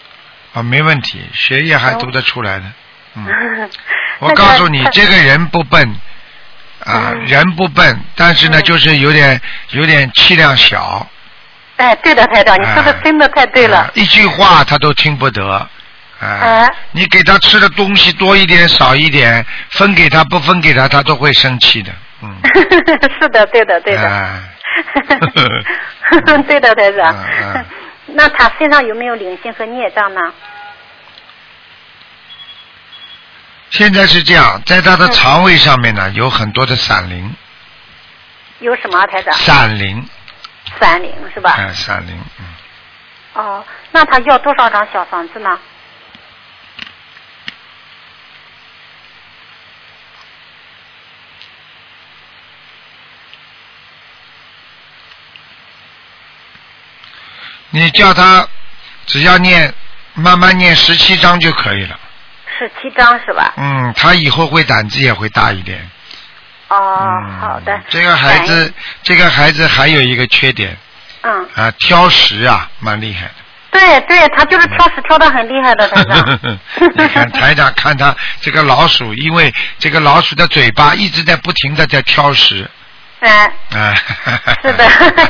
[SPEAKER 1] 啊，没问题，学业
[SPEAKER 5] 哦
[SPEAKER 1] 还读得出来的。嗯，
[SPEAKER 5] 那
[SPEAKER 1] 我
[SPEAKER 5] 个
[SPEAKER 1] 告诉你
[SPEAKER 5] 它，
[SPEAKER 1] 这个人不笨，啊，
[SPEAKER 5] 嗯
[SPEAKER 1] 人不笨，但是呢，
[SPEAKER 5] 嗯
[SPEAKER 1] 就是有点有点气量小。
[SPEAKER 5] 哎，对的，台长，你说的
[SPEAKER 1] 哎
[SPEAKER 5] 真的太对
[SPEAKER 1] 啊
[SPEAKER 5] 了。
[SPEAKER 1] 一句话他都听不得。啊
[SPEAKER 5] 哎，
[SPEAKER 1] 你给他吃的东西多一点少一点，分给他不分给他，他都会生气的。嗯，
[SPEAKER 5] 是的，对的， 对的。
[SPEAKER 1] 哎嗯
[SPEAKER 5] 对的，台长。
[SPEAKER 1] 嗯嗯
[SPEAKER 5] 那他身上有没有灵性和孽障呢？
[SPEAKER 1] 现在是这样，在他的
[SPEAKER 5] 嗯
[SPEAKER 1] 肠胃上面呢，有很多的闪灵，
[SPEAKER 5] 有什么啊，台长？
[SPEAKER 1] 闪灵，
[SPEAKER 5] 三灵是吧？
[SPEAKER 1] 哎，闪灵，嗯。
[SPEAKER 5] 哦，那他要多少张小房子呢？
[SPEAKER 1] 你叫他只要念，慢慢念十七章就可以了。
[SPEAKER 5] 十七张是吧？
[SPEAKER 1] 嗯，他以后会胆子也会大一点。
[SPEAKER 5] 哦，
[SPEAKER 1] 嗯
[SPEAKER 5] 好的。
[SPEAKER 1] 这个孩子，这个孩子还有一个缺点
[SPEAKER 5] 感恩。嗯，
[SPEAKER 1] 啊，挑食啊，蛮厉害的。
[SPEAKER 5] 对对，他就是挑食挑的很厉害的，台长。
[SPEAKER 1] 你看台长看他这个老鼠，因为这个老鼠的嘴巴一直在不停的在挑食
[SPEAKER 5] 哎，
[SPEAKER 1] 啊。
[SPEAKER 5] 是的，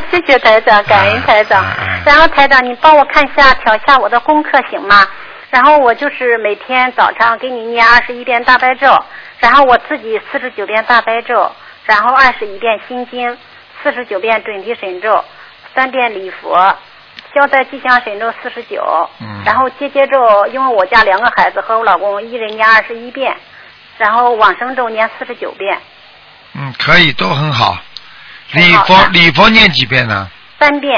[SPEAKER 5] 谢谢台长，感恩台长
[SPEAKER 1] 啊啊啊。
[SPEAKER 5] 然后台长，你帮我看一下调一下我的功课行吗？然后我就是每天早上给你念二十一遍大悲咒，然后我自己四十九遍大悲咒，然后二十一遍心经，四十九遍准提神咒，三遍礼佛。消灾吉祥神咒四十九
[SPEAKER 1] 嗯，
[SPEAKER 5] 然后接接咒，因为我家两个孩子和我老公一人念二十一遍，然后往生咒念四十九遍，
[SPEAKER 1] 嗯，可以，都很好。
[SPEAKER 5] 很
[SPEAKER 1] 礼
[SPEAKER 5] 好
[SPEAKER 1] 佛
[SPEAKER 5] 的
[SPEAKER 1] 礼佛念几遍呢？
[SPEAKER 5] 三遍。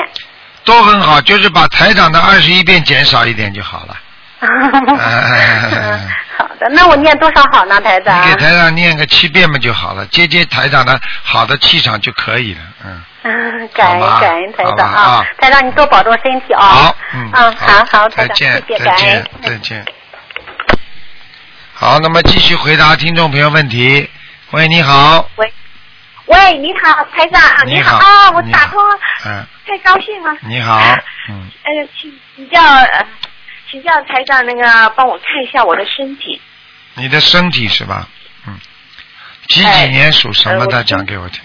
[SPEAKER 1] 都很好，就是 把台长的二十一遍减少一点就好了。
[SPEAKER 5] 嗯好的，那我念多少好呢，台长？
[SPEAKER 1] 你给台长念个七遍嘛就好了，接接台长的好的气场就可以了，嗯。
[SPEAKER 5] 嗯，感
[SPEAKER 1] 好吧
[SPEAKER 5] 恩感恩台
[SPEAKER 1] 好吧
[SPEAKER 5] 长啊
[SPEAKER 1] 啊，
[SPEAKER 5] 台长你多保重身
[SPEAKER 6] 哦
[SPEAKER 5] 体啊。
[SPEAKER 1] 好，嗯，
[SPEAKER 5] 嗯，好好，
[SPEAKER 1] 再
[SPEAKER 5] 台长，
[SPEAKER 1] 见，
[SPEAKER 5] 谢谢，
[SPEAKER 1] 再
[SPEAKER 5] 感
[SPEAKER 1] 见
[SPEAKER 5] 恩，。嗯
[SPEAKER 1] 再见。好，那么继续回答听众朋友问题。喂，你好，
[SPEAKER 6] 喂，你好，台长，
[SPEAKER 1] 你
[SPEAKER 6] 好
[SPEAKER 1] 好
[SPEAKER 6] 啊，我
[SPEAKER 1] 你
[SPEAKER 6] 打
[SPEAKER 1] 好
[SPEAKER 6] 通了，
[SPEAKER 1] 嗯，
[SPEAKER 6] 太高兴了。
[SPEAKER 1] 你好，嗯，
[SPEAKER 6] 呃，请请教，呃请教台长那个，帮我看一下我的身体。
[SPEAKER 1] 你的身体是吧？嗯，几几
[SPEAKER 6] 哎
[SPEAKER 1] 年属什
[SPEAKER 6] 呃
[SPEAKER 1] 么
[SPEAKER 6] 我
[SPEAKER 1] 的？
[SPEAKER 6] 是
[SPEAKER 1] 讲给我听。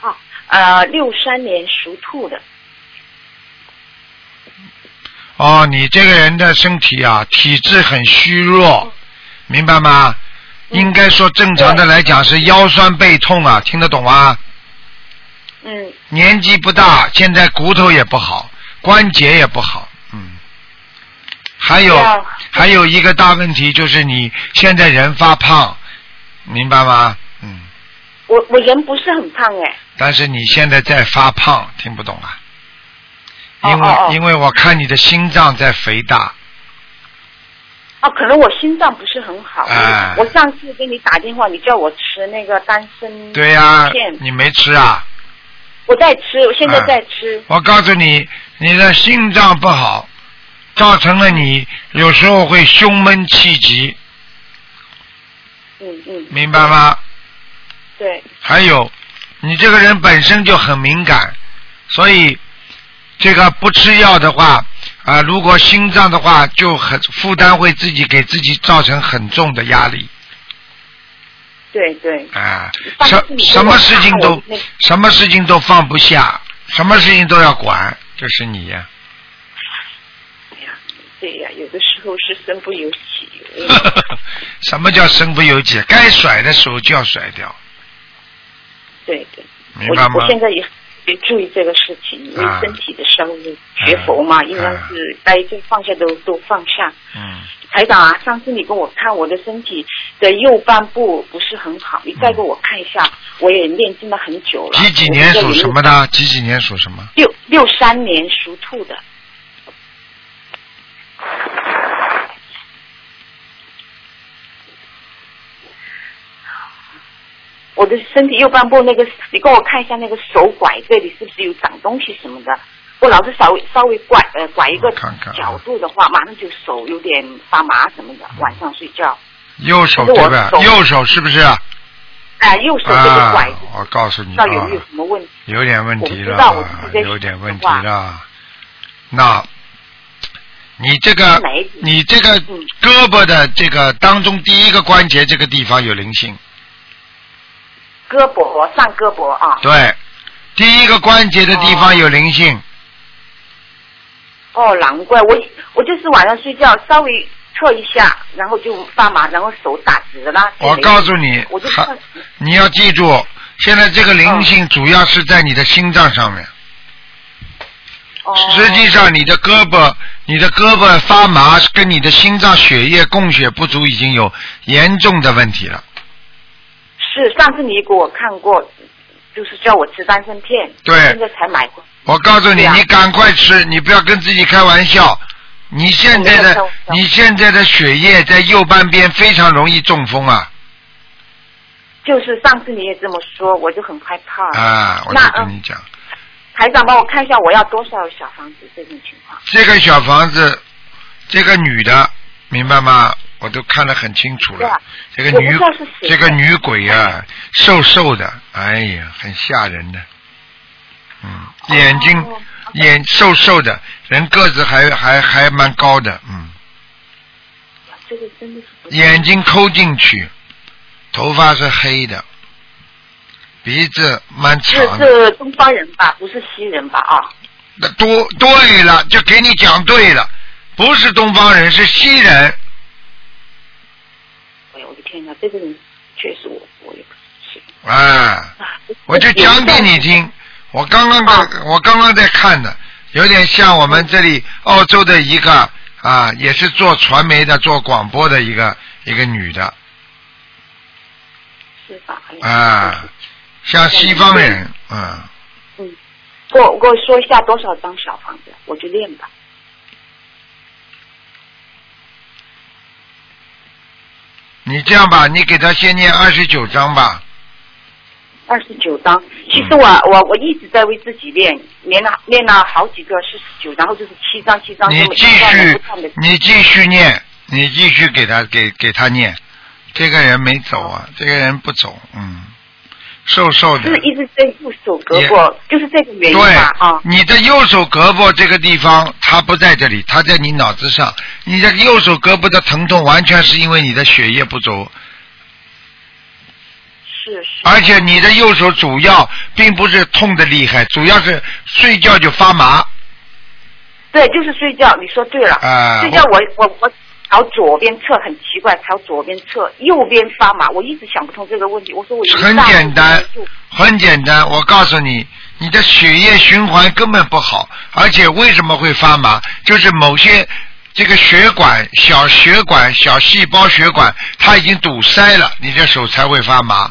[SPEAKER 6] 哦，呃，六三年属兔的。
[SPEAKER 1] 哦，你这个人的身体啊，体质很虚弱，明白吗？
[SPEAKER 5] 嗯
[SPEAKER 1] 应该说正常的来讲是腰酸背痛啊，听得懂吗？
[SPEAKER 6] 嗯，
[SPEAKER 1] 年纪不大，现在骨头也不好，关节也不好，嗯。还有
[SPEAKER 6] 对啊
[SPEAKER 1] 还有一个大问题就是你现在人发胖，明白吗？嗯。
[SPEAKER 6] 我我人不是很胖哎。
[SPEAKER 1] 但是你现在在发胖，听不懂啊？
[SPEAKER 6] 哦
[SPEAKER 1] 因为
[SPEAKER 6] 哦哦
[SPEAKER 1] 因为我看你的心脏在肥大，
[SPEAKER 6] 哦，可能我心脏不是很好。
[SPEAKER 1] 哎
[SPEAKER 6] 我上次给你打电话，你叫我吃那个丹参
[SPEAKER 1] 对呀、
[SPEAKER 6] 片，
[SPEAKER 1] 你没吃啊？
[SPEAKER 6] 我在吃，我现在
[SPEAKER 1] 哎
[SPEAKER 6] 在吃。
[SPEAKER 1] 我告诉你，你的心脏不好，造成了你有时候会胸闷气急，
[SPEAKER 6] 嗯嗯，
[SPEAKER 1] 明白吗？
[SPEAKER 6] 对，
[SPEAKER 1] 还有，你这个人本身就很敏感，所以这个不吃药的话，啊、如果心脏的话就很负担，会自己给自己造成很重的压力
[SPEAKER 6] 对对，
[SPEAKER 1] 啊、
[SPEAKER 6] 但是
[SPEAKER 1] 什
[SPEAKER 6] 你
[SPEAKER 1] 什么事情
[SPEAKER 6] 跟我
[SPEAKER 1] 都
[SPEAKER 6] 怕我那
[SPEAKER 1] 什么事情都放不下，什么事情都要管，就是你呀、
[SPEAKER 6] 对呀、有的时候是身不 由己。嗯
[SPEAKER 1] 什么叫身不由己？该甩的时候就要甩掉，
[SPEAKER 6] 对对，
[SPEAKER 1] 明
[SPEAKER 6] 我
[SPEAKER 1] 白吗
[SPEAKER 6] 我？现在也也注意这个事情，因为
[SPEAKER 1] 啊
[SPEAKER 6] 身体的稍微学佛嘛，应该是该就放下都都放下。
[SPEAKER 1] 嗯，
[SPEAKER 6] 台长啊，上次你给我看我的身体的右半部不是很好，你再给我看一下，我也练经了很久了。
[SPEAKER 1] 嗯几几年属什么？的？几几年属什么？
[SPEAKER 6] 六六三年属兔的。我的身体右半部那个，你给我看一下那个手拐这里是不是有长东西什么的？我老是稍微稍微拐呃拐一个
[SPEAKER 1] 我看看啊
[SPEAKER 6] 角度的话，马上就手有点发麻什么的。晚上睡觉，
[SPEAKER 1] 右手
[SPEAKER 6] 这是
[SPEAKER 1] 对
[SPEAKER 6] 我
[SPEAKER 1] 吧？
[SPEAKER 6] 手
[SPEAKER 1] 右手是不是啊？
[SPEAKER 6] 哎、右手这个
[SPEAKER 1] 啊
[SPEAKER 6] 拐子，，
[SPEAKER 1] 我告诉
[SPEAKER 6] 不
[SPEAKER 1] 你
[SPEAKER 6] 知
[SPEAKER 1] 啊
[SPEAKER 6] 道，有没有什么问题？
[SPEAKER 1] 有点问题
[SPEAKER 6] 我知
[SPEAKER 1] 了
[SPEAKER 6] 道我自己，在
[SPEAKER 1] 有点问题了。那，你这
[SPEAKER 6] 是
[SPEAKER 1] 个
[SPEAKER 6] 哪一集
[SPEAKER 1] 你这个
[SPEAKER 6] 嗯
[SPEAKER 1] 胳膊的这个当中第一个关节这个地方有灵性，
[SPEAKER 6] 胳膊上胳膊啊，
[SPEAKER 1] 对，第一个关节的地
[SPEAKER 6] 哦
[SPEAKER 1] 方有灵性，
[SPEAKER 6] 哦，难怪我我就是晚上睡觉稍微侧一下，然后就发麻，然后手打直了。
[SPEAKER 1] 我告诉你
[SPEAKER 6] 我就
[SPEAKER 1] 还
[SPEAKER 6] 看
[SPEAKER 1] 你要记住，现在这个灵性主要是在你的心脏上面。
[SPEAKER 6] 哦，
[SPEAKER 1] 实际上，你的胳膊、你的胳膊发麻，跟你的心脏血液供血不足已经有严重的问题了。
[SPEAKER 6] 是上次你给我看过，就是叫我吃丹参片，
[SPEAKER 1] 对
[SPEAKER 6] 现在才买过。
[SPEAKER 1] 我告诉你，
[SPEAKER 6] 对啊
[SPEAKER 1] 你赶快吃，你不要跟自己开玩笑。你现在
[SPEAKER 6] 我没有开
[SPEAKER 1] 的
[SPEAKER 6] 玩笑
[SPEAKER 1] 你现在的血液在右半边非常容易中风啊
[SPEAKER 6] 就是上次你也这么说，我就很害怕。
[SPEAKER 1] 啊！我就
[SPEAKER 6] 那
[SPEAKER 1] 跟
[SPEAKER 6] 嗯
[SPEAKER 1] 你讲，
[SPEAKER 6] 台长帮我看一下，我要多少小房子这种情况？
[SPEAKER 1] 这个小房子，这个女的，明白吗？我都看得很清楚
[SPEAKER 6] 对
[SPEAKER 1] 了
[SPEAKER 6] 啊。
[SPEAKER 1] 这个女
[SPEAKER 6] 我不知道是谁
[SPEAKER 1] 这个女鬼啊，瘦瘦的，哎呀，很吓人的。嗯，眼睛、
[SPEAKER 6] 哦
[SPEAKER 1] 眼瘦瘦的，人个子还还还蛮高的，嗯，
[SPEAKER 6] 这个真的是不
[SPEAKER 1] 眼睛抠进去，头发是黑的，鼻子蛮
[SPEAKER 6] 是
[SPEAKER 1] 长的。
[SPEAKER 6] 是东方人吧，不是西人吧？啊，
[SPEAKER 1] 那多对了，就给你讲对了，不是东方人，是西人。
[SPEAKER 6] 哎呀，我的天哪，这个人确实我我也不是。
[SPEAKER 1] 啊，
[SPEAKER 6] 啊
[SPEAKER 1] 我就讲给你听。我刚刚刚、我刚刚在看的，有点像我们这里澳洲的一个啊，也是做传媒的、做广播的一个一个女的
[SPEAKER 6] 是吧？哎呀
[SPEAKER 1] 啊，像西方人，嗯，
[SPEAKER 6] 给我给我说一下多少张小房子，我就练吧。
[SPEAKER 1] 你这样吧，你给他先念二十九章吧。
[SPEAKER 6] 二十九章。其实我
[SPEAKER 1] 嗯
[SPEAKER 6] 我我一直在为自己练，练了练了好几个是九章，然后就是七章七章，
[SPEAKER 1] 你
[SPEAKER 6] 这么一
[SPEAKER 1] 继
[SPEAKER 6] 段
[SPEAKER 1] 续嗯
[SPEAKER 6] 不断的，
[SPEAKER 1] 你继续念，你继续给他给给他念。这个人没走啊，这个人不走，嗯，瘦瘦的
[SPEAKER 6] 就。哦是一直在右手胳
[SPEAKER 1] 也
[SPEAKER 6] 膊，就是这个原因
[SPEAKER 1] 对嗯
[SPEAKER 6] 吧啊，。
[SPEAKER 1] 你的右手胳膊这个地方，它不在这里，它在你脑子上。你的右手胳膊的疼痛，完全是因为你的血液不足，
[SPEAKER 6] 是是。
[SPEAKER 1] 而且你的右手主要并不是痛的厉害，主要是睡觉就发麻。
[SPEAKER 6] 对，就是睡觉。你说对了，
[SPEAKER 1] 啊
[SPEAKER 6] 睡觉我我我朝左边侧很奇怪，朝左边侧，右边发麻，我一直想不通这个问题。我说我一
[SPEAKER 1] 很
[SPEAKER 6] 大
[SPEAKER 1] 简单
[SPEAKER 6] 就，
[SPEAKER 1] 很简单。我告诉你，你的血液循环根本不好，而且为什么会发麻？就是某些这个血管、小血管、小细胞血管，它已经堵塞了，你的手才会发麻。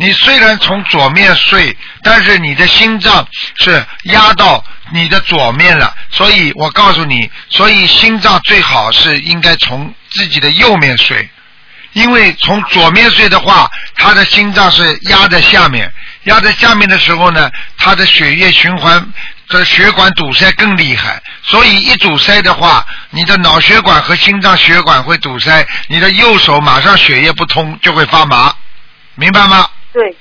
[SPEAKER 1] 你虽然从左面睡，但是你的心脏是压到你的左面了，所以我告诉你，所以心脏最好是应该从自己的右面睡。因为从左面睡的话，他的心脏是压在下面，压在下面的时候呢，他的血液循环的血管堵塞更厉害，所以一堵塞的话，你的脑血管和心脏血管会堵塞，你的右手马上血液不通就会发麻，明白吗？
[SPEAKER 6] 对。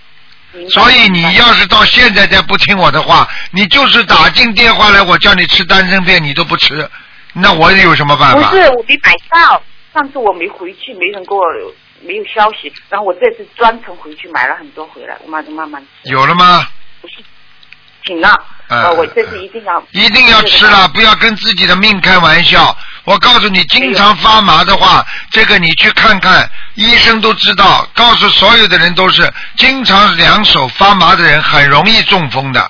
[SPEAKER 6] 明白
[SPEAKER 1] 所以
[SPEAKER 6] 明白
[SPEAKER 1] 你要是到现在再不听我的话，你就是打进电话来，我叫你吃丹参片，你都不吃，那我有什么办
[SPEAKER 6] 不
[SPEAKER 1] 法？
[SPEAKER 6] 是我没买到，上次我没回去，没人给我没有消息，然后我这次专程回去买了很多回来，我妈就慢慢
[SPEAKER 1] 有了吗？
[SPEAKER 6] 请了。
[SPEAKER 1] 嗯
[SPEAKER 6] 呃，我这次一定要
[SPEAKER 1] 一定要吃了，不要跟自己的命开玩笑。我告诉你，经常发麻的话，这个你去看看，医生都知道。告诉所有的人都是，经常两手发麻的人很容易中风的。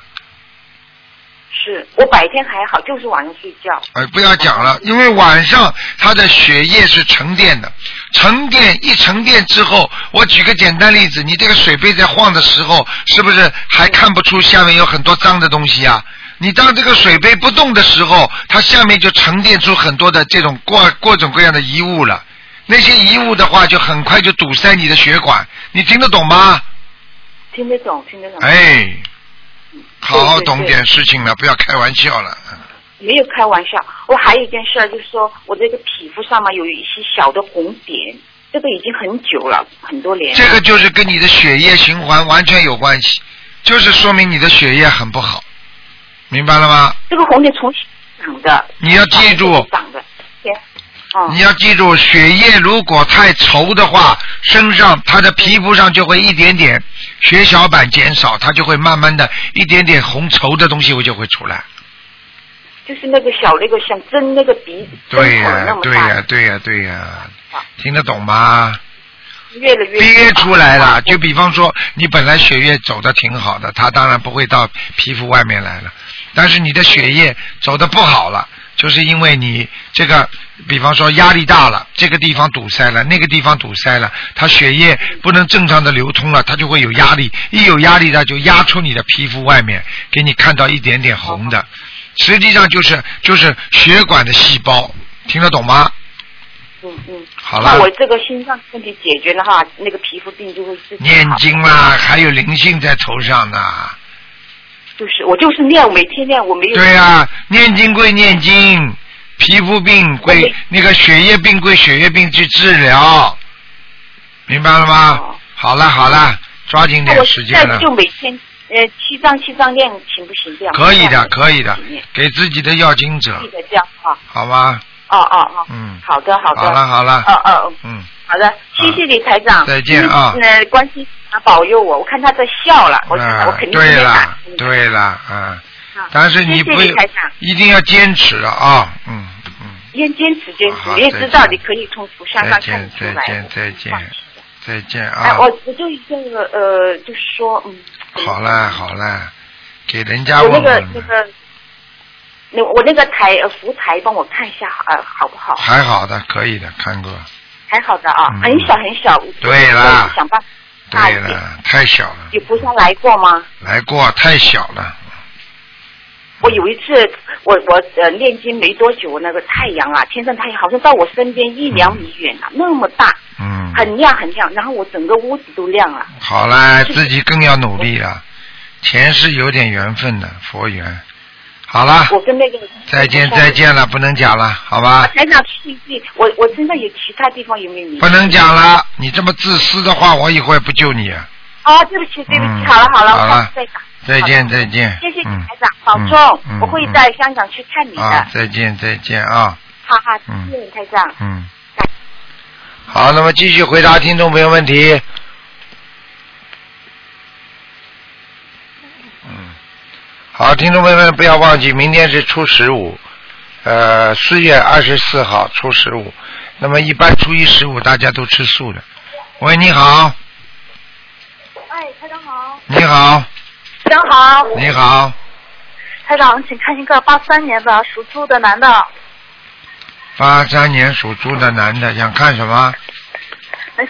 [SPEAKER 6] 是我白天还好，就是晚上睡觉。
[SPEAKER 1] 哎，不要讲了，因为晚上他的血液是沉淀的，沉淀一沉淀之后，我举个简单例子，你这个水杯在晃的时候，是不是还看不出下面有很多脏的东西啊？你当这个水杯不动的时候，它下面就沉淀出很多的这种各各种各样的遗物了。那些遗物的话，就很快就堵塞你的血管，你听得懂吗？
[SPEAKER 6] 听得懂，听得懂。
[SPEAKER 1] 哎，好好懂
[SPEAKER 6] 对对
[SPEAKER 1] 点事情了，不要开玩笑了。嗯
[SPEAKER 6] 没有开玩笑，我还有一件事儿，就是说我这个皮肤上嘛有一些小的红点，这个已经很久了，很多年了。
[SPEAKER 1] 这个就是跟你的血液循环完全有关系，就是说明你的血液很不好，明白了吗？
[SPEAKER 6] 这个红点从小长的，
[SPEAKER 1] 你要记住
[SPEAKER 6] 从小长的，对，哦、
[SPEAKER 1] 你要记住，血液如果太稠的话，身上它的皮肤上就会一点点血小板减少，它就会慢慢的一点点红稠的东西会就会出来。
[SPEAKER 6] 就是那个小那个像针那个鼻子，
[SPEAKER 1] 对
[SPEAKER 6] 针
[SPEAKER 1] 呀、
[SPEAKER 6] 孔那么
[SPEAKER 1] 对
[SPEAKER 6] 大哦
[SPEAKER 1] 呀、对呀、对呀、听得懂吗？
[SPEAKER 6] 越来越嗯
[SPEAKER 1] 憋出来了。就
[SPEAKER 6] 就
[SPEAKER 1] 比方说，你本来血液走的挺好的，它当然不会到皮肤外面来了。但是你的血液走的不好了，就是因为你这个，比方说压力大了，这个地方堵塞了，那个地方堵塞了，它血液不能正常的流通了，它就会有压力。一有压力，它就压出你的皮肤外面，给你看到一点点红的。实际上就是就是血管的细胞，听得懂吗？
[SPEAKER 6] 嗯嗯，
[SPEAKER 1] 好了
[SPEAKER 6] 那我这个心脏问题解决了哈，那个皮肤病就会自己
[SPEAKER 1] 念
[SPEAKER 6] 好
[SPEAKER 1] 经啦，还有灵性在头上呢。
[SPEAKER 6] 就是我就是念，我每天念，我没有
[SPEAKER 1] 对呀、啊念经归念经，皮肤病归
[SPEAKER 6] 对
[SPEAKER 1] 那个血液病归血液病去治疗，明白了吗
[SPEAKER 6] 哦？
[SPEAKER 1] 好了好了，抓紧
[SPEAKER 6] 那我
[SPEAKER 1] 点时
[SPEAKER 6] 现
[SPEAKER 1] 间
[SPEAKER 6] 在
[SPEAKER 1] 了，
[SPEAKER 6] 就每天呃七张七张练，行不行？这样
[SPEAKER 1] 可以
[SPEAKER 6] 这样
[SPEAKER 1] 的可以的
[SPEAKER 6] 每天，
[SPEAKER 1] 给自己的要经者
[SPEAKER 6] 练，记得这样啊，
[SPEAKER 1] 好吗？
[SPEAKER 6] 哦哦哦，
[SPEAKER 1] 嗯
[SPEAKER 6] 好的好的，
[SPEAKER 1] 好了好了
[SPEAKER 6] 哦哦，嗯
[SPEAKER 1] 嗯，
[SPEAKER 6] 好的，谢谢李台长，
[SPEAKER 1] 再见啊
[SPEAKER 6] 嗯呃，关心啊保佑我，我看他在笑了，我
[SPEAKER 1] 啊
[SPEAKER 6] 我肯定
[SPEAKER 1] 对
[SPEAKER 6] 今天打
[SPEAKER 1] 了对了，嗯，但是你
[SPEAKER 6] 谢谢
[SPEAKER 1] 不
[SPEAKER 6] 李台长
[SPEAKER 1] 一定要坚持了啊，嗯嗯，
[SPEAKER 6] 坚坚持坚持
[SPEAKER 1] 好，
[SPEAKER 6] 你也
[SPEAKER 1] 啊再
[SPEAKER 6] 知道
[SPEAKER 1] 见
[SPEAKER 6] 你可以从图像
[SPEAKER 1] 再
[SPEAKER 6] 上看
[SPEAKER 1] 见
[SPEAKER 6] 得出
[SPEAKER 1] 再
[SPEAKER 6] 来，
[SPEAKER 1] 见再见
[SPEAKER 6] 放弃的
[SPEAKER 1] 再见
[SPEAKER 6] 哎，
[SPEAKER 1] 啊，
[SPEAKER 6] 我我就一个呃，就是说，嗯，
[SPEAKER 1] 好了好了，给人家
[SPEAKER 6] 我
[SPEAKER 1] 问
[SPEAKER 6] 那
[SPEAKER 1] 问
[SPEAKER 6] 个
[SPEAKER 1] 吧
[SPEAKER 6] 那个，那我那个台呃福台帮我看一下呃好不好？
[SPEAKER 1] 还好的，可以的，看过。
[SPEAKER 6] 还好的啊，
[SPEAKER 1] 嗯
[SPEAKER 6] 很小很小。
[SPEAKER 1] 对啦
[SPEAKER 6] 我想办法大一
[SPEAKER 1] 对
[SPEAKER 6] 点。
[SPEAKER 1] 了，太小了，
[SPEAKER 6] 有菩萨来过吗？
[SPEAKER 1] 来过太小了。
[SPEAKER 6] 我有一次，我我呃念经没多久，那个太阳啊，天上太阳好像到我身边一两米远啊，那么大。
[SPEAKER 1] 嗯嗯
[SPEAKER 7] 很亮很亮，然后我整个屋子都亮了。
[SPEAKER 1] 好啦，自己更要努力了。前世有点缘分的，佛缘。好啦，
[SPEAKER 7] 我跟那个
[SPEAKER 1] 嗯再见再。见了，不能讲了，好 吧？
[SPEAKER 6] 哎
[SPEAKER 7] 台长是一句，我我身上有其他地方有没有灵？
[SPEAKER 1] 不能讲了，你这么自私的话，我以后也不救你。
[SPEAKER 7] 哦，对不起对不
[SPEAKER 1] 嗯
[SPEAKER 7] 起，好了好了，
[SPEAKER 1] 好
[SPEAKER 7] 我
[SPEAKER 1] 了
[SPEAKER 7] 下次再打。
[SPEAKER 1] 再见再见。
[SPEAKER 7] 谢谢你
[SPEAKER 1] 嗯
[SPEAKER 7] 台长，保
[SPEAKER 1] 嗯
[SPEAKER 7] 重，
[SPEAKER 1] 嗯
[SPEAKER 7] 我会
[SPEAKER 1] 嗯
[SPEAKER 7] 在香港去看你的。
[SPEAKER 1] 啊，再见再见啊，
[SPEAKER 7] 好好，
[SPEAKER 1] 嗯
[SPEAKER 7] 谢谢你台长。
[SPEAKER 1] 嗯。好，那么继续回答听众朋友问题。嗯，好，听众朋友们不要忘记，明天是初十五，呃，四月二十四号初十五。那么一般初一十五大家都吃素的。喂，你好。哎，台长好。
[SPEAKER 6] 台长好，
[SPEAKER 1] 你好，你好，
[SPEAKER 6] 台长，请看一个八三年的属猪的男的，
[SPEAKER 1] 八三年属猪的男的想看什么？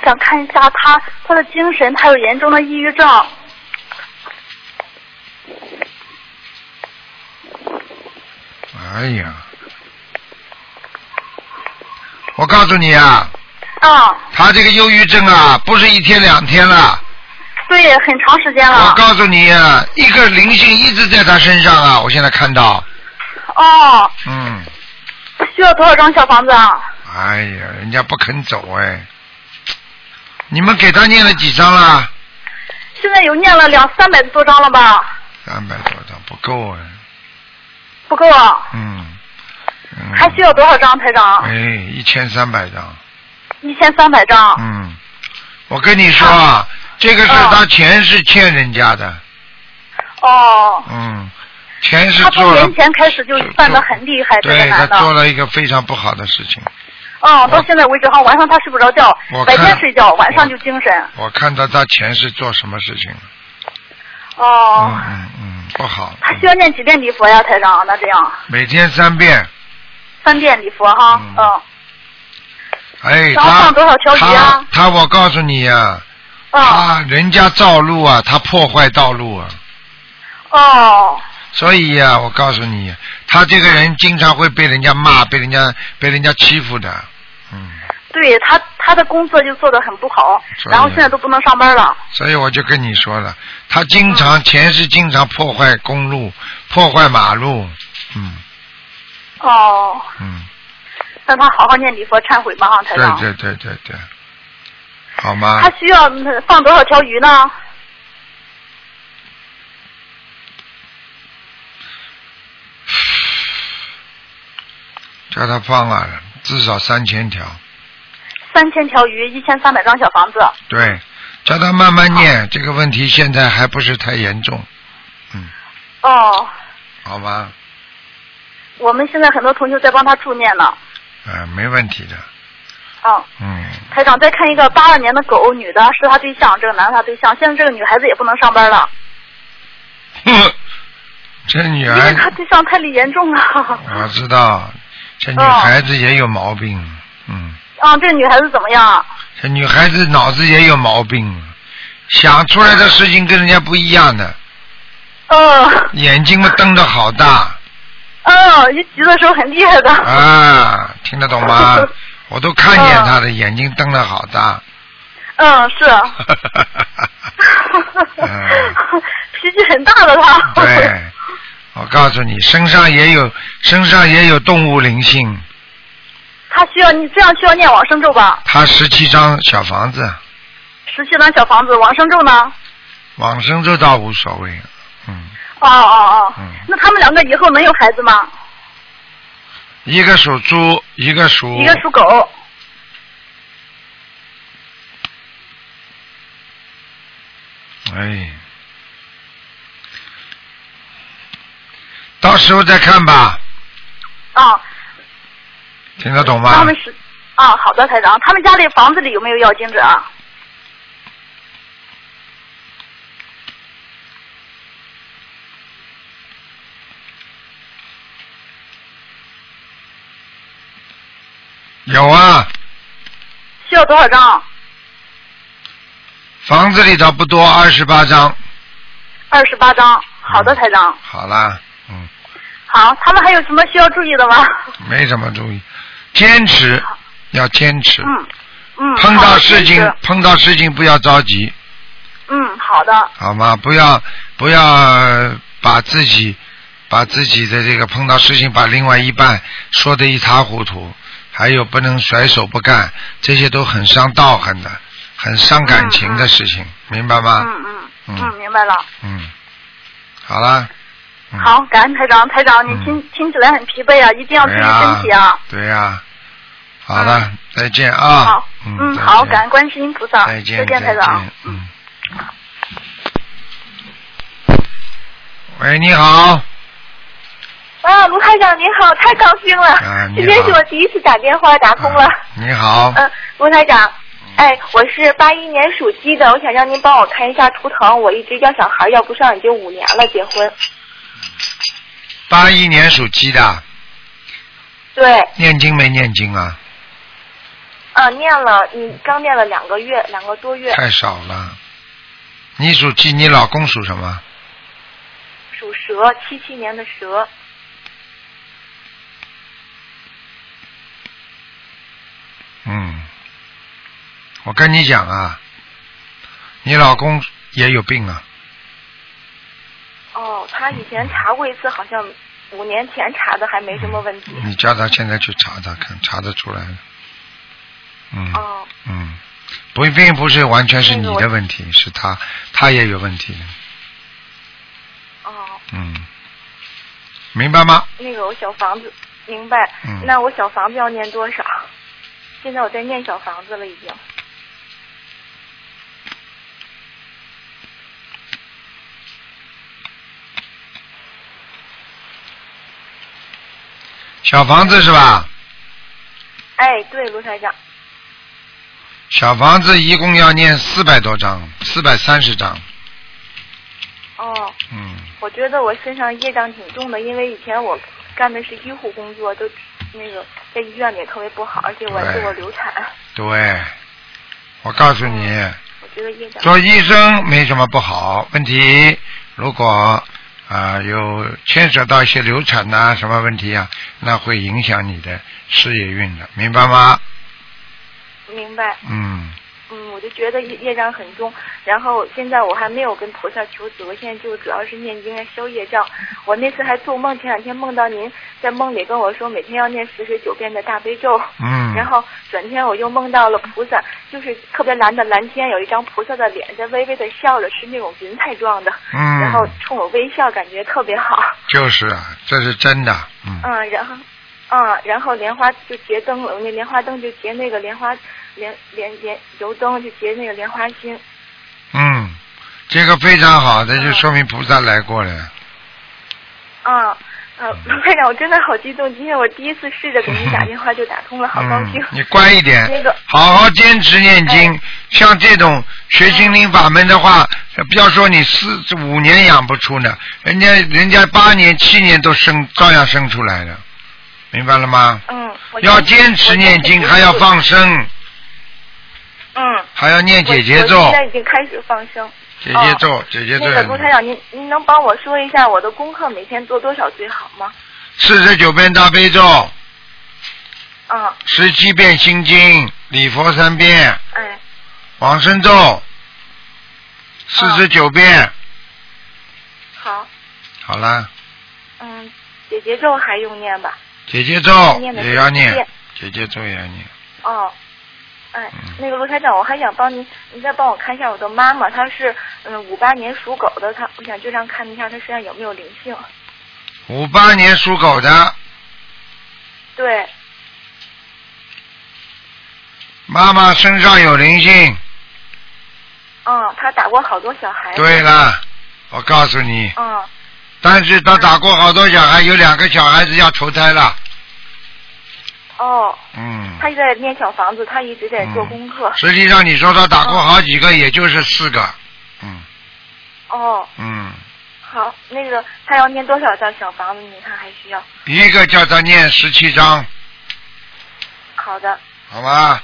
[SPEAKER 6] 想看一下他他的精神，他有严重的抑郁症。
[SPEAKER 1] 嗯哎呀，我告诉你啊，
[SPEAKER 6] 啊，
[SPEAKER 1] 他这个忧郁症啊，不是一天两天了。
[SPEAKER 6] 对，很长时间
[SPEAKER 1] 我
[SPEAKER 6] 了。
[SPEAKER 1] 告诉你、啊，一个灵性一直在他身上啊，我现在看到。
[SPEAKER 6] 哦，
[SPEAKER 1] 嗯，
[SPEAKER 6] 需要多少张小房子啊？
[SPEAKER 1] 哎呀，人家不肯走哎。你们给他念了几张啊啦？
[SPEAKER 6] 现在有念了两三百多张了吧？
[SPEAKER 1] 三百多张不够啊。
[SPEAKER 6] 不够啊，
[SPEAKER 1] 嗯。嗯
[SPEAKER 6] 还需要啊多少张，台长？
[SPEAKER 1] 哎，一千三百张。
[SPEAKER 6] 一千三百张。
[SPEAKER 1] 嗯，我跟你说啊，这个是他前世欠人家的。
[SPEAKER 6] 哦，
[SPEAKER 1] 嗯，前世
[SPEAKER 6] 他从
[SPEAKER 1] 做了
[SPEAKER 6] 年，前开始就犯的嗯很厉害，这个
[SPEAKER 1] 对他
[SPEAKER 6] 男的。
[SPEAKER 1] 做了一个非常不好的事情。
[SPEAKER 6] 嗯，到现在为止哈，晚上他睡不着觉
[SPEAKER 1] 我，
[SPEAKER 6] 白天
[SPEAKER 1] 看
[SPEAKER 6] 睡觉，晚上就精神。
[SPEAKER 1] 我看到他前世做什么事情了？
[SPEAKER 6] 哦。
[SPEAKER 1] 嗯嗯嗯，不好。
[SPEAKER 6] 他需要念几遍礼佛呀，台长？那这样
[SPEAKER 1] 每天三遍。
[SPEAKER 6] 三遍礼佛哈，
[SPEAKER 1] 嗯
[SPEAKER 6] 嗯，
[SPEAKER 1] 哎，
[SPEAKER 6] 然后
[SPEAKER 1] 他
[SPEAKER 6] 放多少条鱼
[SPEAKER 1] 他
[SPEAKER 6] 啊
[SPEAKER 1] 他，我告诉你呀、
[SPEAKER 6] 哦
[SPEAKER 1] 他人家造路啊，他破坏道路啊，
[SPEAKER 6] 哦
[SPEAKER 1] 所以呀、我告诉你，他这个人经常会被人家骂，被人家被人家欺负的，嗯，
[SPEAKER 6] 对他他的工作就做得很不好，
[SPEAKER 1] 所以
[SPEAKER 6] 然后现在都不能上班了。
[SPEAKER 1] 所以我就跟你说了，他经
[SPEAKER 6] 嗯
[SPEAKER 1] 常前世经常破坏公路，破坏马路，嗯
[SPEAKER 6] 哦，
[SPEAKER 1] 嗯，
[SPEAKER 6] 让他好好念礼佛忏悔吧，哈，台
[SPEAKER 1] 对
[SPEAKER 6] 长。
[SPEAKER 1] 对对对对，好吗
[SPEAKER 6] 他？需要嗯放多少条鱼呢？
[SPEAKER 1] 叫他放啊，至少三千条，
[SPEAKER 6] 三千条鱼，一千三百张小房子。
[SPEAKER 1] 对，叫他慢慢念。这个问题现在还不是太严重，嗯，
[SPEAKER 6] 哦，
[SPEAKER 1] 好吗？
[SPEAKER 6] 我们现在很多同学在帮他助念呢。
[SPEAKER 1] 啊，没问题的，
[SPEAKER 6] 嗯，
[SPEAKER 1] 嗯，
[SPEAKER 6] 台长再看一个八二年的狗，女的是他对象，这个男的他对象。现在这个女孩子也不能上班了，
[SPEAKER 1] 哼这女
[SPEAKER 6] 因为
[SPEAKER 1] 孩，
[SPEAKER 6] 他对象太严重了。
[SPEAKER 1] 我知道，这女
[SPEAKER 6] 哦
[SPEAKER 1] 孩子也有毛病，嗯。
[SPEAKER 6] 啊，这个女孩子怎么样啊？
[SPEAKER 1] 这女孩子脑子也有毛病，想出来的事情跟人家不一样的，啊
[SPEAKER 6] 嗯
[SPEAKER 1] 眼睛嘛瞪得好大
[SPEAKER 6] 嗯，一急的时候很厉害的。
[SPEAKER 1] 啊，听得懂 吗？我都看见她的眼睛瞪得好大，
[SPEAKER 6] 嗯，是。
[SPEAKER 1] 嗯，
[SPEAKER 6] 脾气很大的他。
[SPEAKER 1] 对，我告诉你，身上也有身上也有动物灵性，
[SPEAKER 6] 他需要你这样需要念往生咒吧？
[SPEAKER 1] 她十七张小房子，
[SPEAKER 6] 十七张小房子，往生咒呢？
[SPEAKER 1] 往生咒倒无所谓，嗯，
[SPEAKER 6] 哦哦哦
[SPEAKER 1] 嗯。
[SPEAKER 6] 那他们两个以后能有孩子吗？
[SPEAKER 1] 一个属猪，一个属
[SPEAKER 6] 一个属狗。
[SPEAKER 1] 哎，到时候再看吧，
[SPEAKER 6] 啊，
[SPEAKER 1] 听得懂
[SPEAKER 6] 他
[SPEAKER 1] 吗
[SPEAKER 6] 们？是。啊，好的，台长，他们家里房子里有没有要经者啊？
[SPEAKER 1] 有啊，
[SPEAKER 6] 需要多少张？
[SPEAKER 1] 房子里头不多，二十八张。
[SPEAKER 6] 二十八张。好的，台长。
[SPEAKER 1] 好啦，嗯，
[SPEAKER 6] 好，他们还有什么需要注意的吗？
[SPEAKER 1] 没什么注意，坚持，要坚持，
[SPEAKER 6] 嗯，嗯，
[SPEAKER 1] 碰
[SPEAKER 6] 好
[SPEAKER 1] 到
[SPEAKER 6] 的
[SPEAKER 1] 事
[SPEAKER 6] 谢
[SPEAKER 1] 情
[SPEAKER 6] 谢
[SPEAKER 1] 碰到事情不要着急，
[SPEAKER 6] 嗯，好的，
[SPEAKER 1] 好吗？不要不要把自己把自己的这个碰到事情把另外一半说的一塌糊涂，还有不能甩手不干，这些都很伤道行的，很伤感情的事情，明白吗？
[SPEAKER 6] 嗯嗯
[SPEAKER 1] 嗯
[SPEAKER 6] 嗯，明白了。
[SPEAKER 1] 嗯，好啦。嗯、
[SPEAKER 6] 好，感恩台长，台长，你
[SPEAKER 1] 嗯
[SPEAKER 6] 听听起来很疲惫啊，一定要注
[SPEAKER 1] 对
[SPEAKER 6] 意
[SPEAKER 1] 呀、
[SPEAKER 6] 身体啊。
[SPEAKER 1] 对呀、好了，再见啊。
[SPEAKER 6] 嗯好，
[SPEAKER 1] 嗯，再
[SPEAKER 6] 好，
[SPEAKER 1] 见
[SPEAKER 6] 感恩观世音菩萨，
[SPEAKER 1] 再见，
[SPEAKER 6] 见，台长。
[SPEAKER 1] 见嗯。喂，你好，
[SPEAKER 2] 啊，卢台长您好，太高兴了！
[SPEAKER 1] 啊你好
[SPEAKER 2] 今天是我第一次打电话打通了。
[SPEAKER 1] 啊嗯你好，
[SPEAKER 6] 呃
[SPEAKER 2] 嗯，卢台长，哎，我是八一年属鸡的，我想让您帮我看一下图腾，我一直要小孩要不上，已经五年了，结婚。
[SPEAKER 1] 八一年属鸡的，
[SPEAKER 2] 对，
[SPEAKER 1] 念经没念经啊？
[SPEAKER 2] 啊，念了，嗯，刚念了两个月，两个多月，
[SPEAKER 1] 太少了。你属鸡，你老公属什么？
[SPEAKER 2] 属蛇，七七年的蛇，
[SPEAKER 1] 嗯，我跟你讲啊，你老公也有病啊，
[SPEAKER 2] 哦，他以前查过一次，好像五年前查的，还没什么问题。
[SPEAKER 1] 你叫他现在去查查看，查得出来的。嗯。
[SPEAKER 2] 哦，
[SPEAKER 1] 嗯，不，并不是完全是你的问题，是他，他也有问题的。
[SPEAKER 2] 哦，
[SPEAKER 1] 嗯，明白吗？
[SPEAKER 2] 那个我小房子，明白。
[SPEAKER 1] 嗯
[SPEAKER 2] 那我小房子要念多少？现在我在念小房子了，已经。
[SPEAKER 1] 小房子是吧？
[SPEAKER 2] 哎，对，卢台长，
[SPEAKER 1] 小房子一共要念四百多张，四百三十张。
[SPEAKER 2] 哦，
[SPEAKER 1] 嗯，
[SPEAKER 2] 我觉得我身上业障挺重的，因为以前我干的是医护工作，都那个在医院里特别不好，而且我还
[SPEAKER 1] 对
[SPEAKER 2] 做过流产，哦
[SPEAKER 1] 对，我告诉你，
[SPEAKER 2] 我觉得业障。
[SPEAKER 1] 做医生没什么不好，问题如果啊、有牵扯到一些流产呐、什么问题啊，那会影响你的事业运的，明白吗？
[SPEAKER 2] 明白，
[SPEAKER 1] 嗯，
[SPEAKER 2] 嗯，我就觉得业业障很重，然后现在我还没有跟菩萨求子，我现在就主要是念经来啊消业障。我那次还做梦，前两天梦到您在梦里跟我说每天要念四十九遍的大悲咒。
[SPEAKER 1] 嗯，
[SPEAKER 2] 然后转天我又梦到了菩萨，就是特别蓝的蓝天，有一张菩萨的脸在微微的笑着，是那种云彩状的，
[SPEAKER 1] 嗯，
[SPEAKER 2] 然后冲我微笑，感觉特别好。
[SPEAKER 1] 就是啊，这是真的，嗯，
[SPEAKER 2] 嗯，然后，嗯，然后莲花就结灯了，我那莲花灯就结那个莲花莲莲莲油灯，就结那个莲花心。
[SPEAKER 1] 嗯，这个非常好，这就
[SPEAKER 2] 嗯
[SPEAKER 1] 说明菩萨来过了。
[SPEAKER 2] 嗯。呃， 卢科长，我真的好激动，今天我第一次试着给您打电话就打通了，好高
[SPEAKER 1] 嗯
[SPEAKER 2] 兴。，
[SPEAKER 1] 你乖一点
[SPEAKER 2] 那个，哎
[SPEAKER 1] 好好坚持念经。像这种学心灵法门的话，不要说你四五年养不出呢，人家人家八年七年都生，照样生出来的，明白了吗？
[SPEAKER 2] 嗯，我
[SPEAKER 1] 要坚持念经，还要。放生，
[SPEAKER 2] 嗯，
[SPEAKER 1] 还要念姐姐
[SPEAKER 2] 我
[SPEAKER 1] 咒
[SPEAKER 2] 现，在已经开始放生。
[SPEAKER 1] 姐姐咒，姐姐咒
[SPEAKER 2] 那个卢台长，您您能帮我说一下我的功课每天做多少最好吗？
[SPEAKER 1] 四十九遍大悲咒，
[SPEAKER 2] 嗯，
[SPEAKER 1] 十七遍心经，礼佛三遍。
[SPEAKER 2] 哎，
[SPEAKER 1] 往生咒四十九遍，
[SPEAKER 2] 哦好，
[SPEAKER 1] 好了，
[SPEAKER 2] 嗯，姐姐咒还用念吧？
[SPEAKER 1] 姐姐咒
[SPEAKER 2] 念的
[SPEAKER 1] 也要
[SPEAKER 2] 是
[SPEAKER 1] 念
[SPEAKER 2] 念，
[SPEAKER 1] 姐姐咒也要念，
[SPEAKER 2] 哦，哎
[SPEAKER 1] 嗯，
[SPEAKER 2] 那个卢台长，我还想帮您，您再帮我看一下我的妈妈，她是嗯五八年属狗的，她我想就让看一下她身上有没有灵性。
[SPEAKER 1] 五八年属狗的
[SPEAKER 2] 对，
[SPEAKER 1] 妈妈身上有灵性。
[SPEAKER 2] 嗯，她打过好多小孩。
[SPEAKER 1] 对。了，我告诉你，
[SPEAKER 2] 嗯，
[SPEAKER 1] 但是她打过好多小孩，有两个小孩子要投胎了。
[SPEAKER 2] 哦，
[SPEAKER 1] 嗯，
[SPEAKER 2] 她一直在念小房子，她一直在做
[SPEAKER 1] 嗯
[SPEAKER 2] 功课。
[SPEAKER 1] 实际上你说她打过好几个，也就是四个。嗯
[SPEAKER 2] 哦，
[SPEAKER 1] 嗯，
[SPEAKER 2] 好，那个她要念多少张小房子？你看还需要？
[SPEAKER 1] 一个叫她念十七章，
[SPEAKER 2] 好的。
[SPEAKER 1] 好吧？啊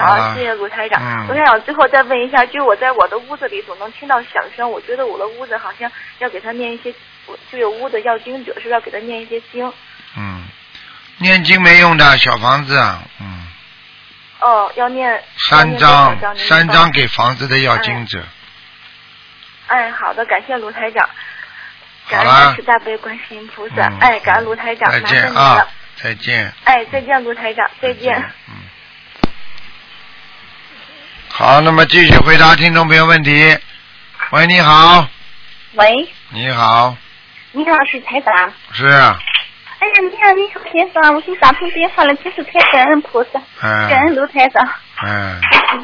[SPEAKER 2] 好，谢谢卢台长。
[SPEAKER 1] 嗯
[SPEAKER 2] 卢台长，最后再问一下，就是我在我的屋子里总能听到响声，我觉得我的屋子好像要给他念一些，我就有屋子要经者，是不是要给他念一些经？
[SPEAKER 1] 嗯，念经没用的小房子啊，嗯。
[SPEAKER 8] 哦，要念
[SPEAKER 1] 三
[SPEAKER 8] 要念多少
[SPEAKER 1] 张
[SPEAKER 8] 张，您
[SPEAKER 1] 三
[SPEAKER 8] 帮
[SPEAKER 1] 张给房子的要经者。
[SPEAKER 8] 哎，好的，感谢卢台长，感
[SPEAKER 1] 好啦
[SPEAKER 8] 恩大慈大悲观世音菩萨，
[SPEAKER 1] 嗯
[SPEAKER 8] 哎，感恩卢台长，
[SPEAKER 1] 再
[SPEAKER 8] 麻烦
[SPEAKER 1] 见
[SPEAKER 8] 您
[SPEAKER 1] 啊
[SPEAKER 8] 了，，
[SPEAKER 1] 再见。嗯
[SPEAKER 8] 哎，再见，卢台长，再见。
[SPEAKER 1] 好，那么继续回答听众朋友问题。喂，你好，
[SPEAKER 6] 喂，
[SPEAKER 1] 你好，
[SPEAKER 6] 你好，是台长。
[SPEAKER 1] 是，嗯、
[SPEAKER 6] 哎呀，你好，你好，台长，我给你打通电话了，真是太感恩菩萨，感恩卢台长，
[SPEAKER 1] 嗯，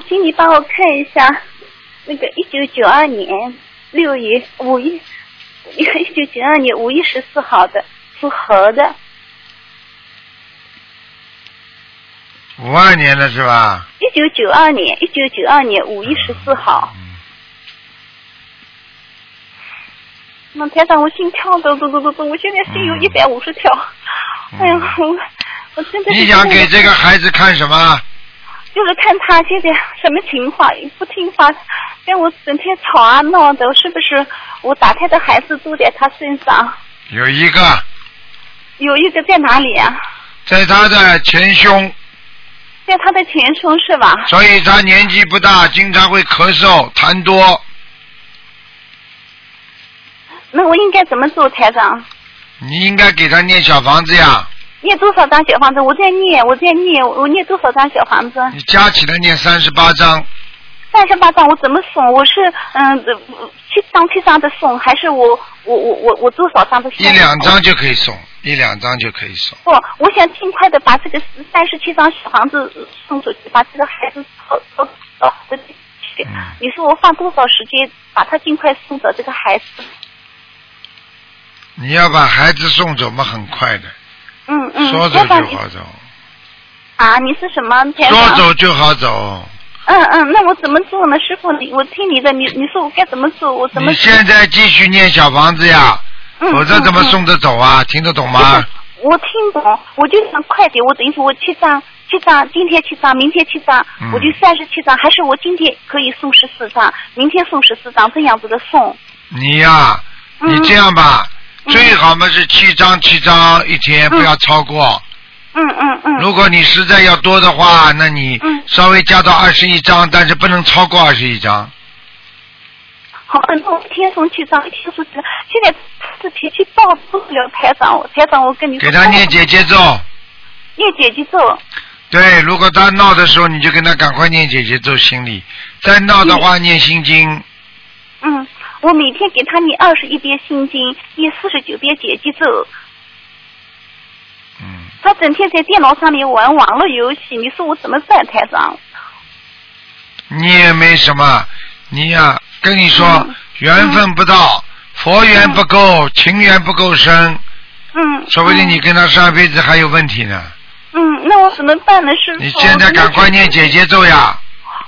[SPEAKER 6] 请你帮我看一下那个一九九二年六月五月，一九九二年五月十四号的属猴的，
[SPEAKER 1] 五二年的是吧？
[SPEAKER 6] 一九九二年一九九二年五月十四号。
[SPEAKER 1] 嗯
[SPEAKER 6] 那台长，我心跳都都都都都，我现在
[SPEAKER 1] 嗯
[SPEAKER 6] 心有一百五十跳，哎呀，我我真的是
[SPEAKER 1] 你想给这个孩子看什么？
[SPEAKER 6] 就是看他现在什么情况，不听话，跟我整天吵啊闹的，是不是我打胎的孩子都在他身上？
[SPEAKER 1] 有一个
[SPEAKER 6] 有一个在哪里啊？
[SPEAKER 1] 在他的前胸，
[SPEAKER 6] 在他的前胸是吧？
[SPEAKER 1] 所以他年纪不大，经常会咳嗽、痰多。
[SPEAKER 6] 那我应该怎么做，台长？
[SPEAKER 1] 你应该给他念小房子呀，
[SPEAKER 6] 念多少张小房子？我在念，我在念，我念多少张小房子？
[SPEAKER 1] 你加起来念三十八章，
[SPEAKER 6] 啊三十八张，我怎么送？我是嗯、呃七张七张的送，还是我我我我我多少张的送？
[SPEAKER 1] 一两张就可以送，一两张就可以送。
[SPEAKER 6] 不，我想尽快的把这个三十七张小房子送出去，把这个孩子好好好的
[SPEAKER 1] 嗯
[SPEAKER 6] 去。你说我放多少时间把他尽快送走这个孩子？
[SPEAKER 1] 你要把孩子送走嘛，很快的，
[SPEAKER 6] 嗯嗯，
[SPEAKER 1] 说走
[SPEAKER 6] 要不然
[SPEAKER 1] 就
[SPEAKER 6] 你
[SPEAKER 1] 好走，
[SPEAKER 6] 啊，你是什么？台
[SPEAKER 1] 说
[SPEAKER 6] 长
[SPEAKER 1] 走就好走。
[SPEAKER 6] 嗯嗯，那我怎么做呢，师傅？你我听你的，你你说我该怎么做？我怎么？
[SPEAKER 1] 你现在继续念小房子呀，
[SPEAKER 6] 嗯
[SPEAKER 1] 否则怎么送得走啊？听得懂吗？
[SPEAKER 6] 我听懂，我就想快点，我等于说我七张，七张，今天七张，明天七张，
[SPEAKER 1] 嗯
[SPEAKER 6] 我就三十七张，还是我今天可以送十四张，明天送十四张，这样子的送。
[SPEAKER 1] 你呀、
[SPEAKER 6] 嗯
[SPEAKER 1] 你这样吧，最好嘛是七张七张一天，不要超过。
[SPEAKER 6] 嗯嗯嗯。
[SPEAKER 1] 如果你实在要多的话，那你稍微加到二十一张，但是不能超过二十一张。
[SPEAKER 6] 好的，那我一天送七张，一天送七张，现在是脾气暴不了，台长，我台长，我跟你说
[SPEAKER 1] 给他念姐姐咒，
[SPEAKER 6] 念姐姐咒，
[SPEAKER 1] 对，如果他闹的时候，你就跟他赶快念姐姐咒，心里再闹的话念心经。
[SPEAKER 6] 嗯，我每天给他念二十一遍心经，念四十九遍姐姐咒。
[SPEAKER 1] 嗯。
[SPEAKER 6] 他整天在电脑上面玩网络游戏，你说我怎么办，台长？
[SPEAKER 1] 你也没什么，你呀、跟你说、
[SPEAKER 6] 嗯
[SPEAKER 1] 缘分不到，佛缘不够，情缘不够深，
[SPEAKER 6] 嗯。
[SPEAKER 1] 说不定你跟他上辈子还有问题呢。
[SPEAKER 6] 嗯。嗯，那我怎么办呢，师傅？
[SPEAKER 1] 你现在赶快念姐姐咒呀！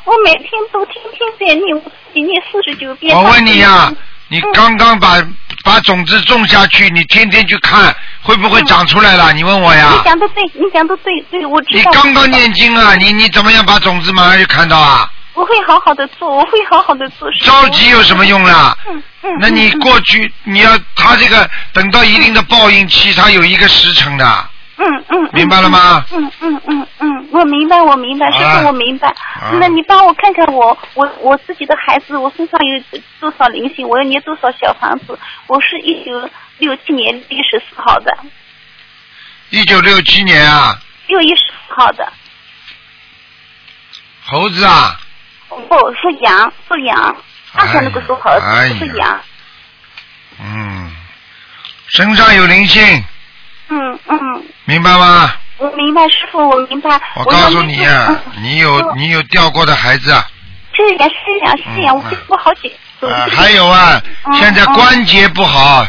[SPEAKER 6] 我每天都天天在念，我自己念四十九遍。
[SPEAKER 1] 我问你呀、
[SPEAKER 6] 嗯
[SPEAKER 1] 你刚刚把把种子种下去，你天天去看，会不会长出来了？你问我
[SPEAKER 6] 嗯你
[SPEAKER 1] 呀？
[SPEAKER 6] 讲的对，你讲的对，对我知
[SPEAKER 1] 你
[SPEAKER 6] 道。
[SPEAKER 1] 刚刚念经啊，你你怎么样把种子马上就看到啊？
[SPEAKER 6] 我会好好的做，我会好好的做。师傅
[SPEAKER 1] 着急有什么用啦？
[SPEAKER 6] 嗯嗯。
[SPEAKER 1] 那你
[SPEAKER 6] 嗯
[SPEAKER 1] 过去你要他这个等到一定的报应期，他有一个时辰的。
[SPEAKER 6] 嗯嗯，嗯
[SPEAKER 1] 明白了吗？
[SPEAKER 6] 嗯嗯嗯嗯，我明白，我明白，
[SPEAKER 1] 好
[SPEAKER 6] 师
[SPEAKER 1] 了
[SPEAKER 6] 傅，我明白
[SPEAKER 1] 啊。
[SPEAKER 6] 那你帮我看看我我我自己的孩子，我身上有多少灵性？我要念多少小房子？我是一九六七年六月十四号的，
[SPEAKER 1] 一九六七年啊，
[SPEAKER 6] 六月十四号的，
[SPEAKER 1] 猴子啊，
[SPEAKER 6] 不是羊，是羊，刚才那个说好的
[SPEAKER 1] 哎呀
[SPEAKER 6] 是羊。
[SPEAKER 1] 嗯，身上有灵性，
[SPEAKER 6] 嗯嗯，
[SPEAKER 1] 明白吗？
[SPEAKER 6] 我明白，师傅，我明白。
[SPEAKER 1] 我
[SPEAKER 6] 要
[SPEAKER 1] 告诉你
[SPEAKER 6] 念多
[SPEAKER 1] 啊
[SPEAKER 6] 嗯，
[SPEAKER 1] 你有你有掉过的孩子啊，
[SPEAKER 6] 是呀是呀是呀，我
[SPEAKER 1] 嗯
[SPEAKER 6] 做过好几次。
[SPEAKER 1] 啊还有啊，
[SPEAKER 6] 嗯
[SPEAKER 1] 现在关节不好，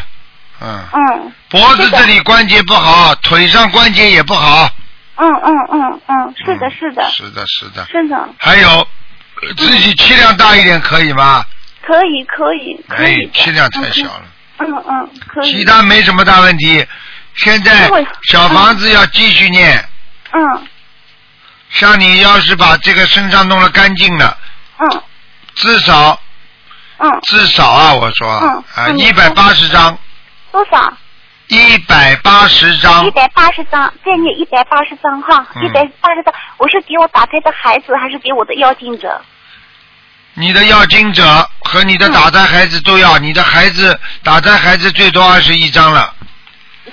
[SPEAKER 1] 嗯，
[SPEAKER 6] 嗯
[SPEAKER 1] 脖子这里关节不好，腿上关节也不好，
[SPEAKER 6] 嗯嗯嗯嗯，是的是的
[SPEAKER 1] 是的，是的，
[SPEAKER 6] 是的，
[SPEAKER 1] 还有呃自己气量大一点可以吗？
[SPEAKER 6] 可以可以可
[SPEAKER 1] 哎
[SPEAKER 6] 以，的。
[SPEAKER 1] 气量太小了，
[SPEAKER 6] 嗯嗯，可以。
[SPEAKER 1] 其他没什么大问题。现在
[SPEAKER 6] 因为
[SPEAKER 1] 小房子要继续念，
[SPEAKER 6] 嗯
[SPEAKER 1] 像你要是把这个身上弄得干净了，
[SPEAKER 6] 嗯
[SPEAKER 1] 至少
[SPEAKER 6] 嗯，
[SPEAKER 1] 至少啊，我说
[SPEAKER 6] 嗯
[SPEAKER 1] 啊，
[SPEAKER 6] 嗯
[SPEAKER 1] 一百八十张，
[SPEAKER 6] 多少？
[SPEAKER 1] 一百八十张
[SPEAKER 6] 一，百八十张，再念一百八十张哈，
[SPEAKER 1] 嗯
[SPEAKER 6] 一百八十张，我是给我打胎的孩子，还是给我的要经者？
[SPEAKER 1] 你的要经者和你
[SPEAKER 6] 嗯
[SPEAKER 1] 的打胎孩子都要，你的孩子打胎孩子最多二十一张了，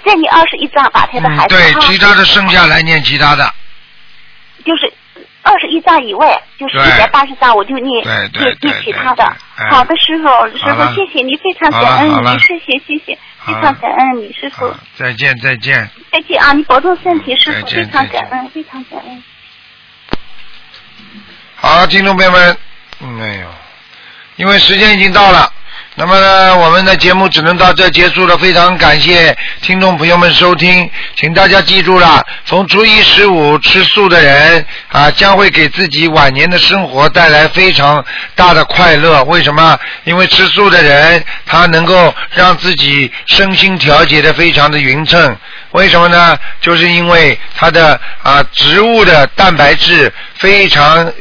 [SPEAKER 6] 再念二十一张打胎的
[SPEAKER 1] 嗯
[SPEAKER 6] 孩，子啊
[SPEAKER 1] 对，
[SPEAKER 6] 哈，
[SPEAKER 1] 其他的剩下来念其他的，
[SPEAKER 6] 就是二十一张以外，就是
[SPEAKER 1] 对
[SPEAKER 6] 一百八十张，我就念
[SPEAKER 1] 对对
[SPEAKER 6] 念
[SPEAKER 1] 对
[SPEAKER 6] 念其他的。
[SPEAKER 1] 对哎
[SPEAKER 6] 好的，师傅，师
[SPEAKER 1] 好了
[SPEAKER 6] 傅，谢谢你，非常
[SPEAKER 1] 好了
[SPEAKER 6] 感
[SPEAKER 1] 好
[SPEAKER 6] 恩
[SPEAKER 1] 了
[SPEAKER 6] 你，谢谢谢谢，
[SPEAKER 1] 好
[SPEAKER 6] 非
[SPEAKER 1] 了
[SPEAKER 6] 常感恩你，师傅，
[SPEAKER 1] 啊，再见再见。
[SPEAKER 6] 再见啊，你保重身体，师
[SPEAKER 1] 再
[SPEAKER 6] 傅，
[SPEAKER 1] 见
[SPEAKER 6] 非常
[SPEAKER 1] 再见
[SPEAKER 6] 感恩，非常感恩。
[SPEAKER 1] 好，听众朋友们，嗯，哎呦，因为时间已经到了，那么呢，我们的节目只能到这结束了。非常感谢听众朋友们收听，请大家记住了，从初一十五吃素的人啊，将会给自己晚年的生活带来非常大的快乐。为什么？因为吃素的人，他能够让自己身心调节的非常的匀称。为什么呢？就是因为它的啊植物的蛋白质非常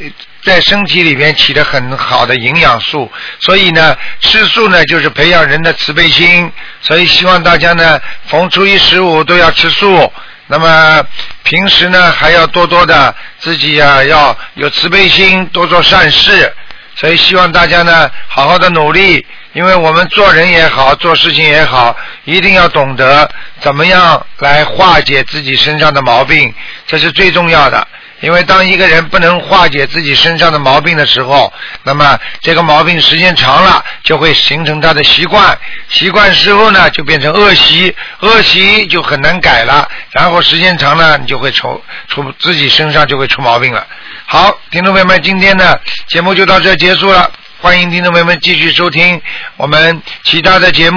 [SPEAKER 1] 在身体里边起了很好的营养素，所以呢，吃素呢就是培养人的慈悲心，所以希望大家呢逢初一十五都要吃素。那么平时呢还要多多的自己啊要有慈悲心，多做善事。所以希望大家呢好好的努力，因为我们做人也好，做事情也好，一定要懂得怎么样来化解自己身上的毛病，这是最重要的。因为当一个人不能化解自己身上的毛病的时候，那么这个毛病时间长了就会形成他的习惯，习惯之后呢就变成恶习，恶习就很难改了，然后时间长了你就会出出自己身上就会出毛病了。好，听众朋友们，今天的节目就到这结束了，欢迎听众朋友们继续收听我们其他的节目。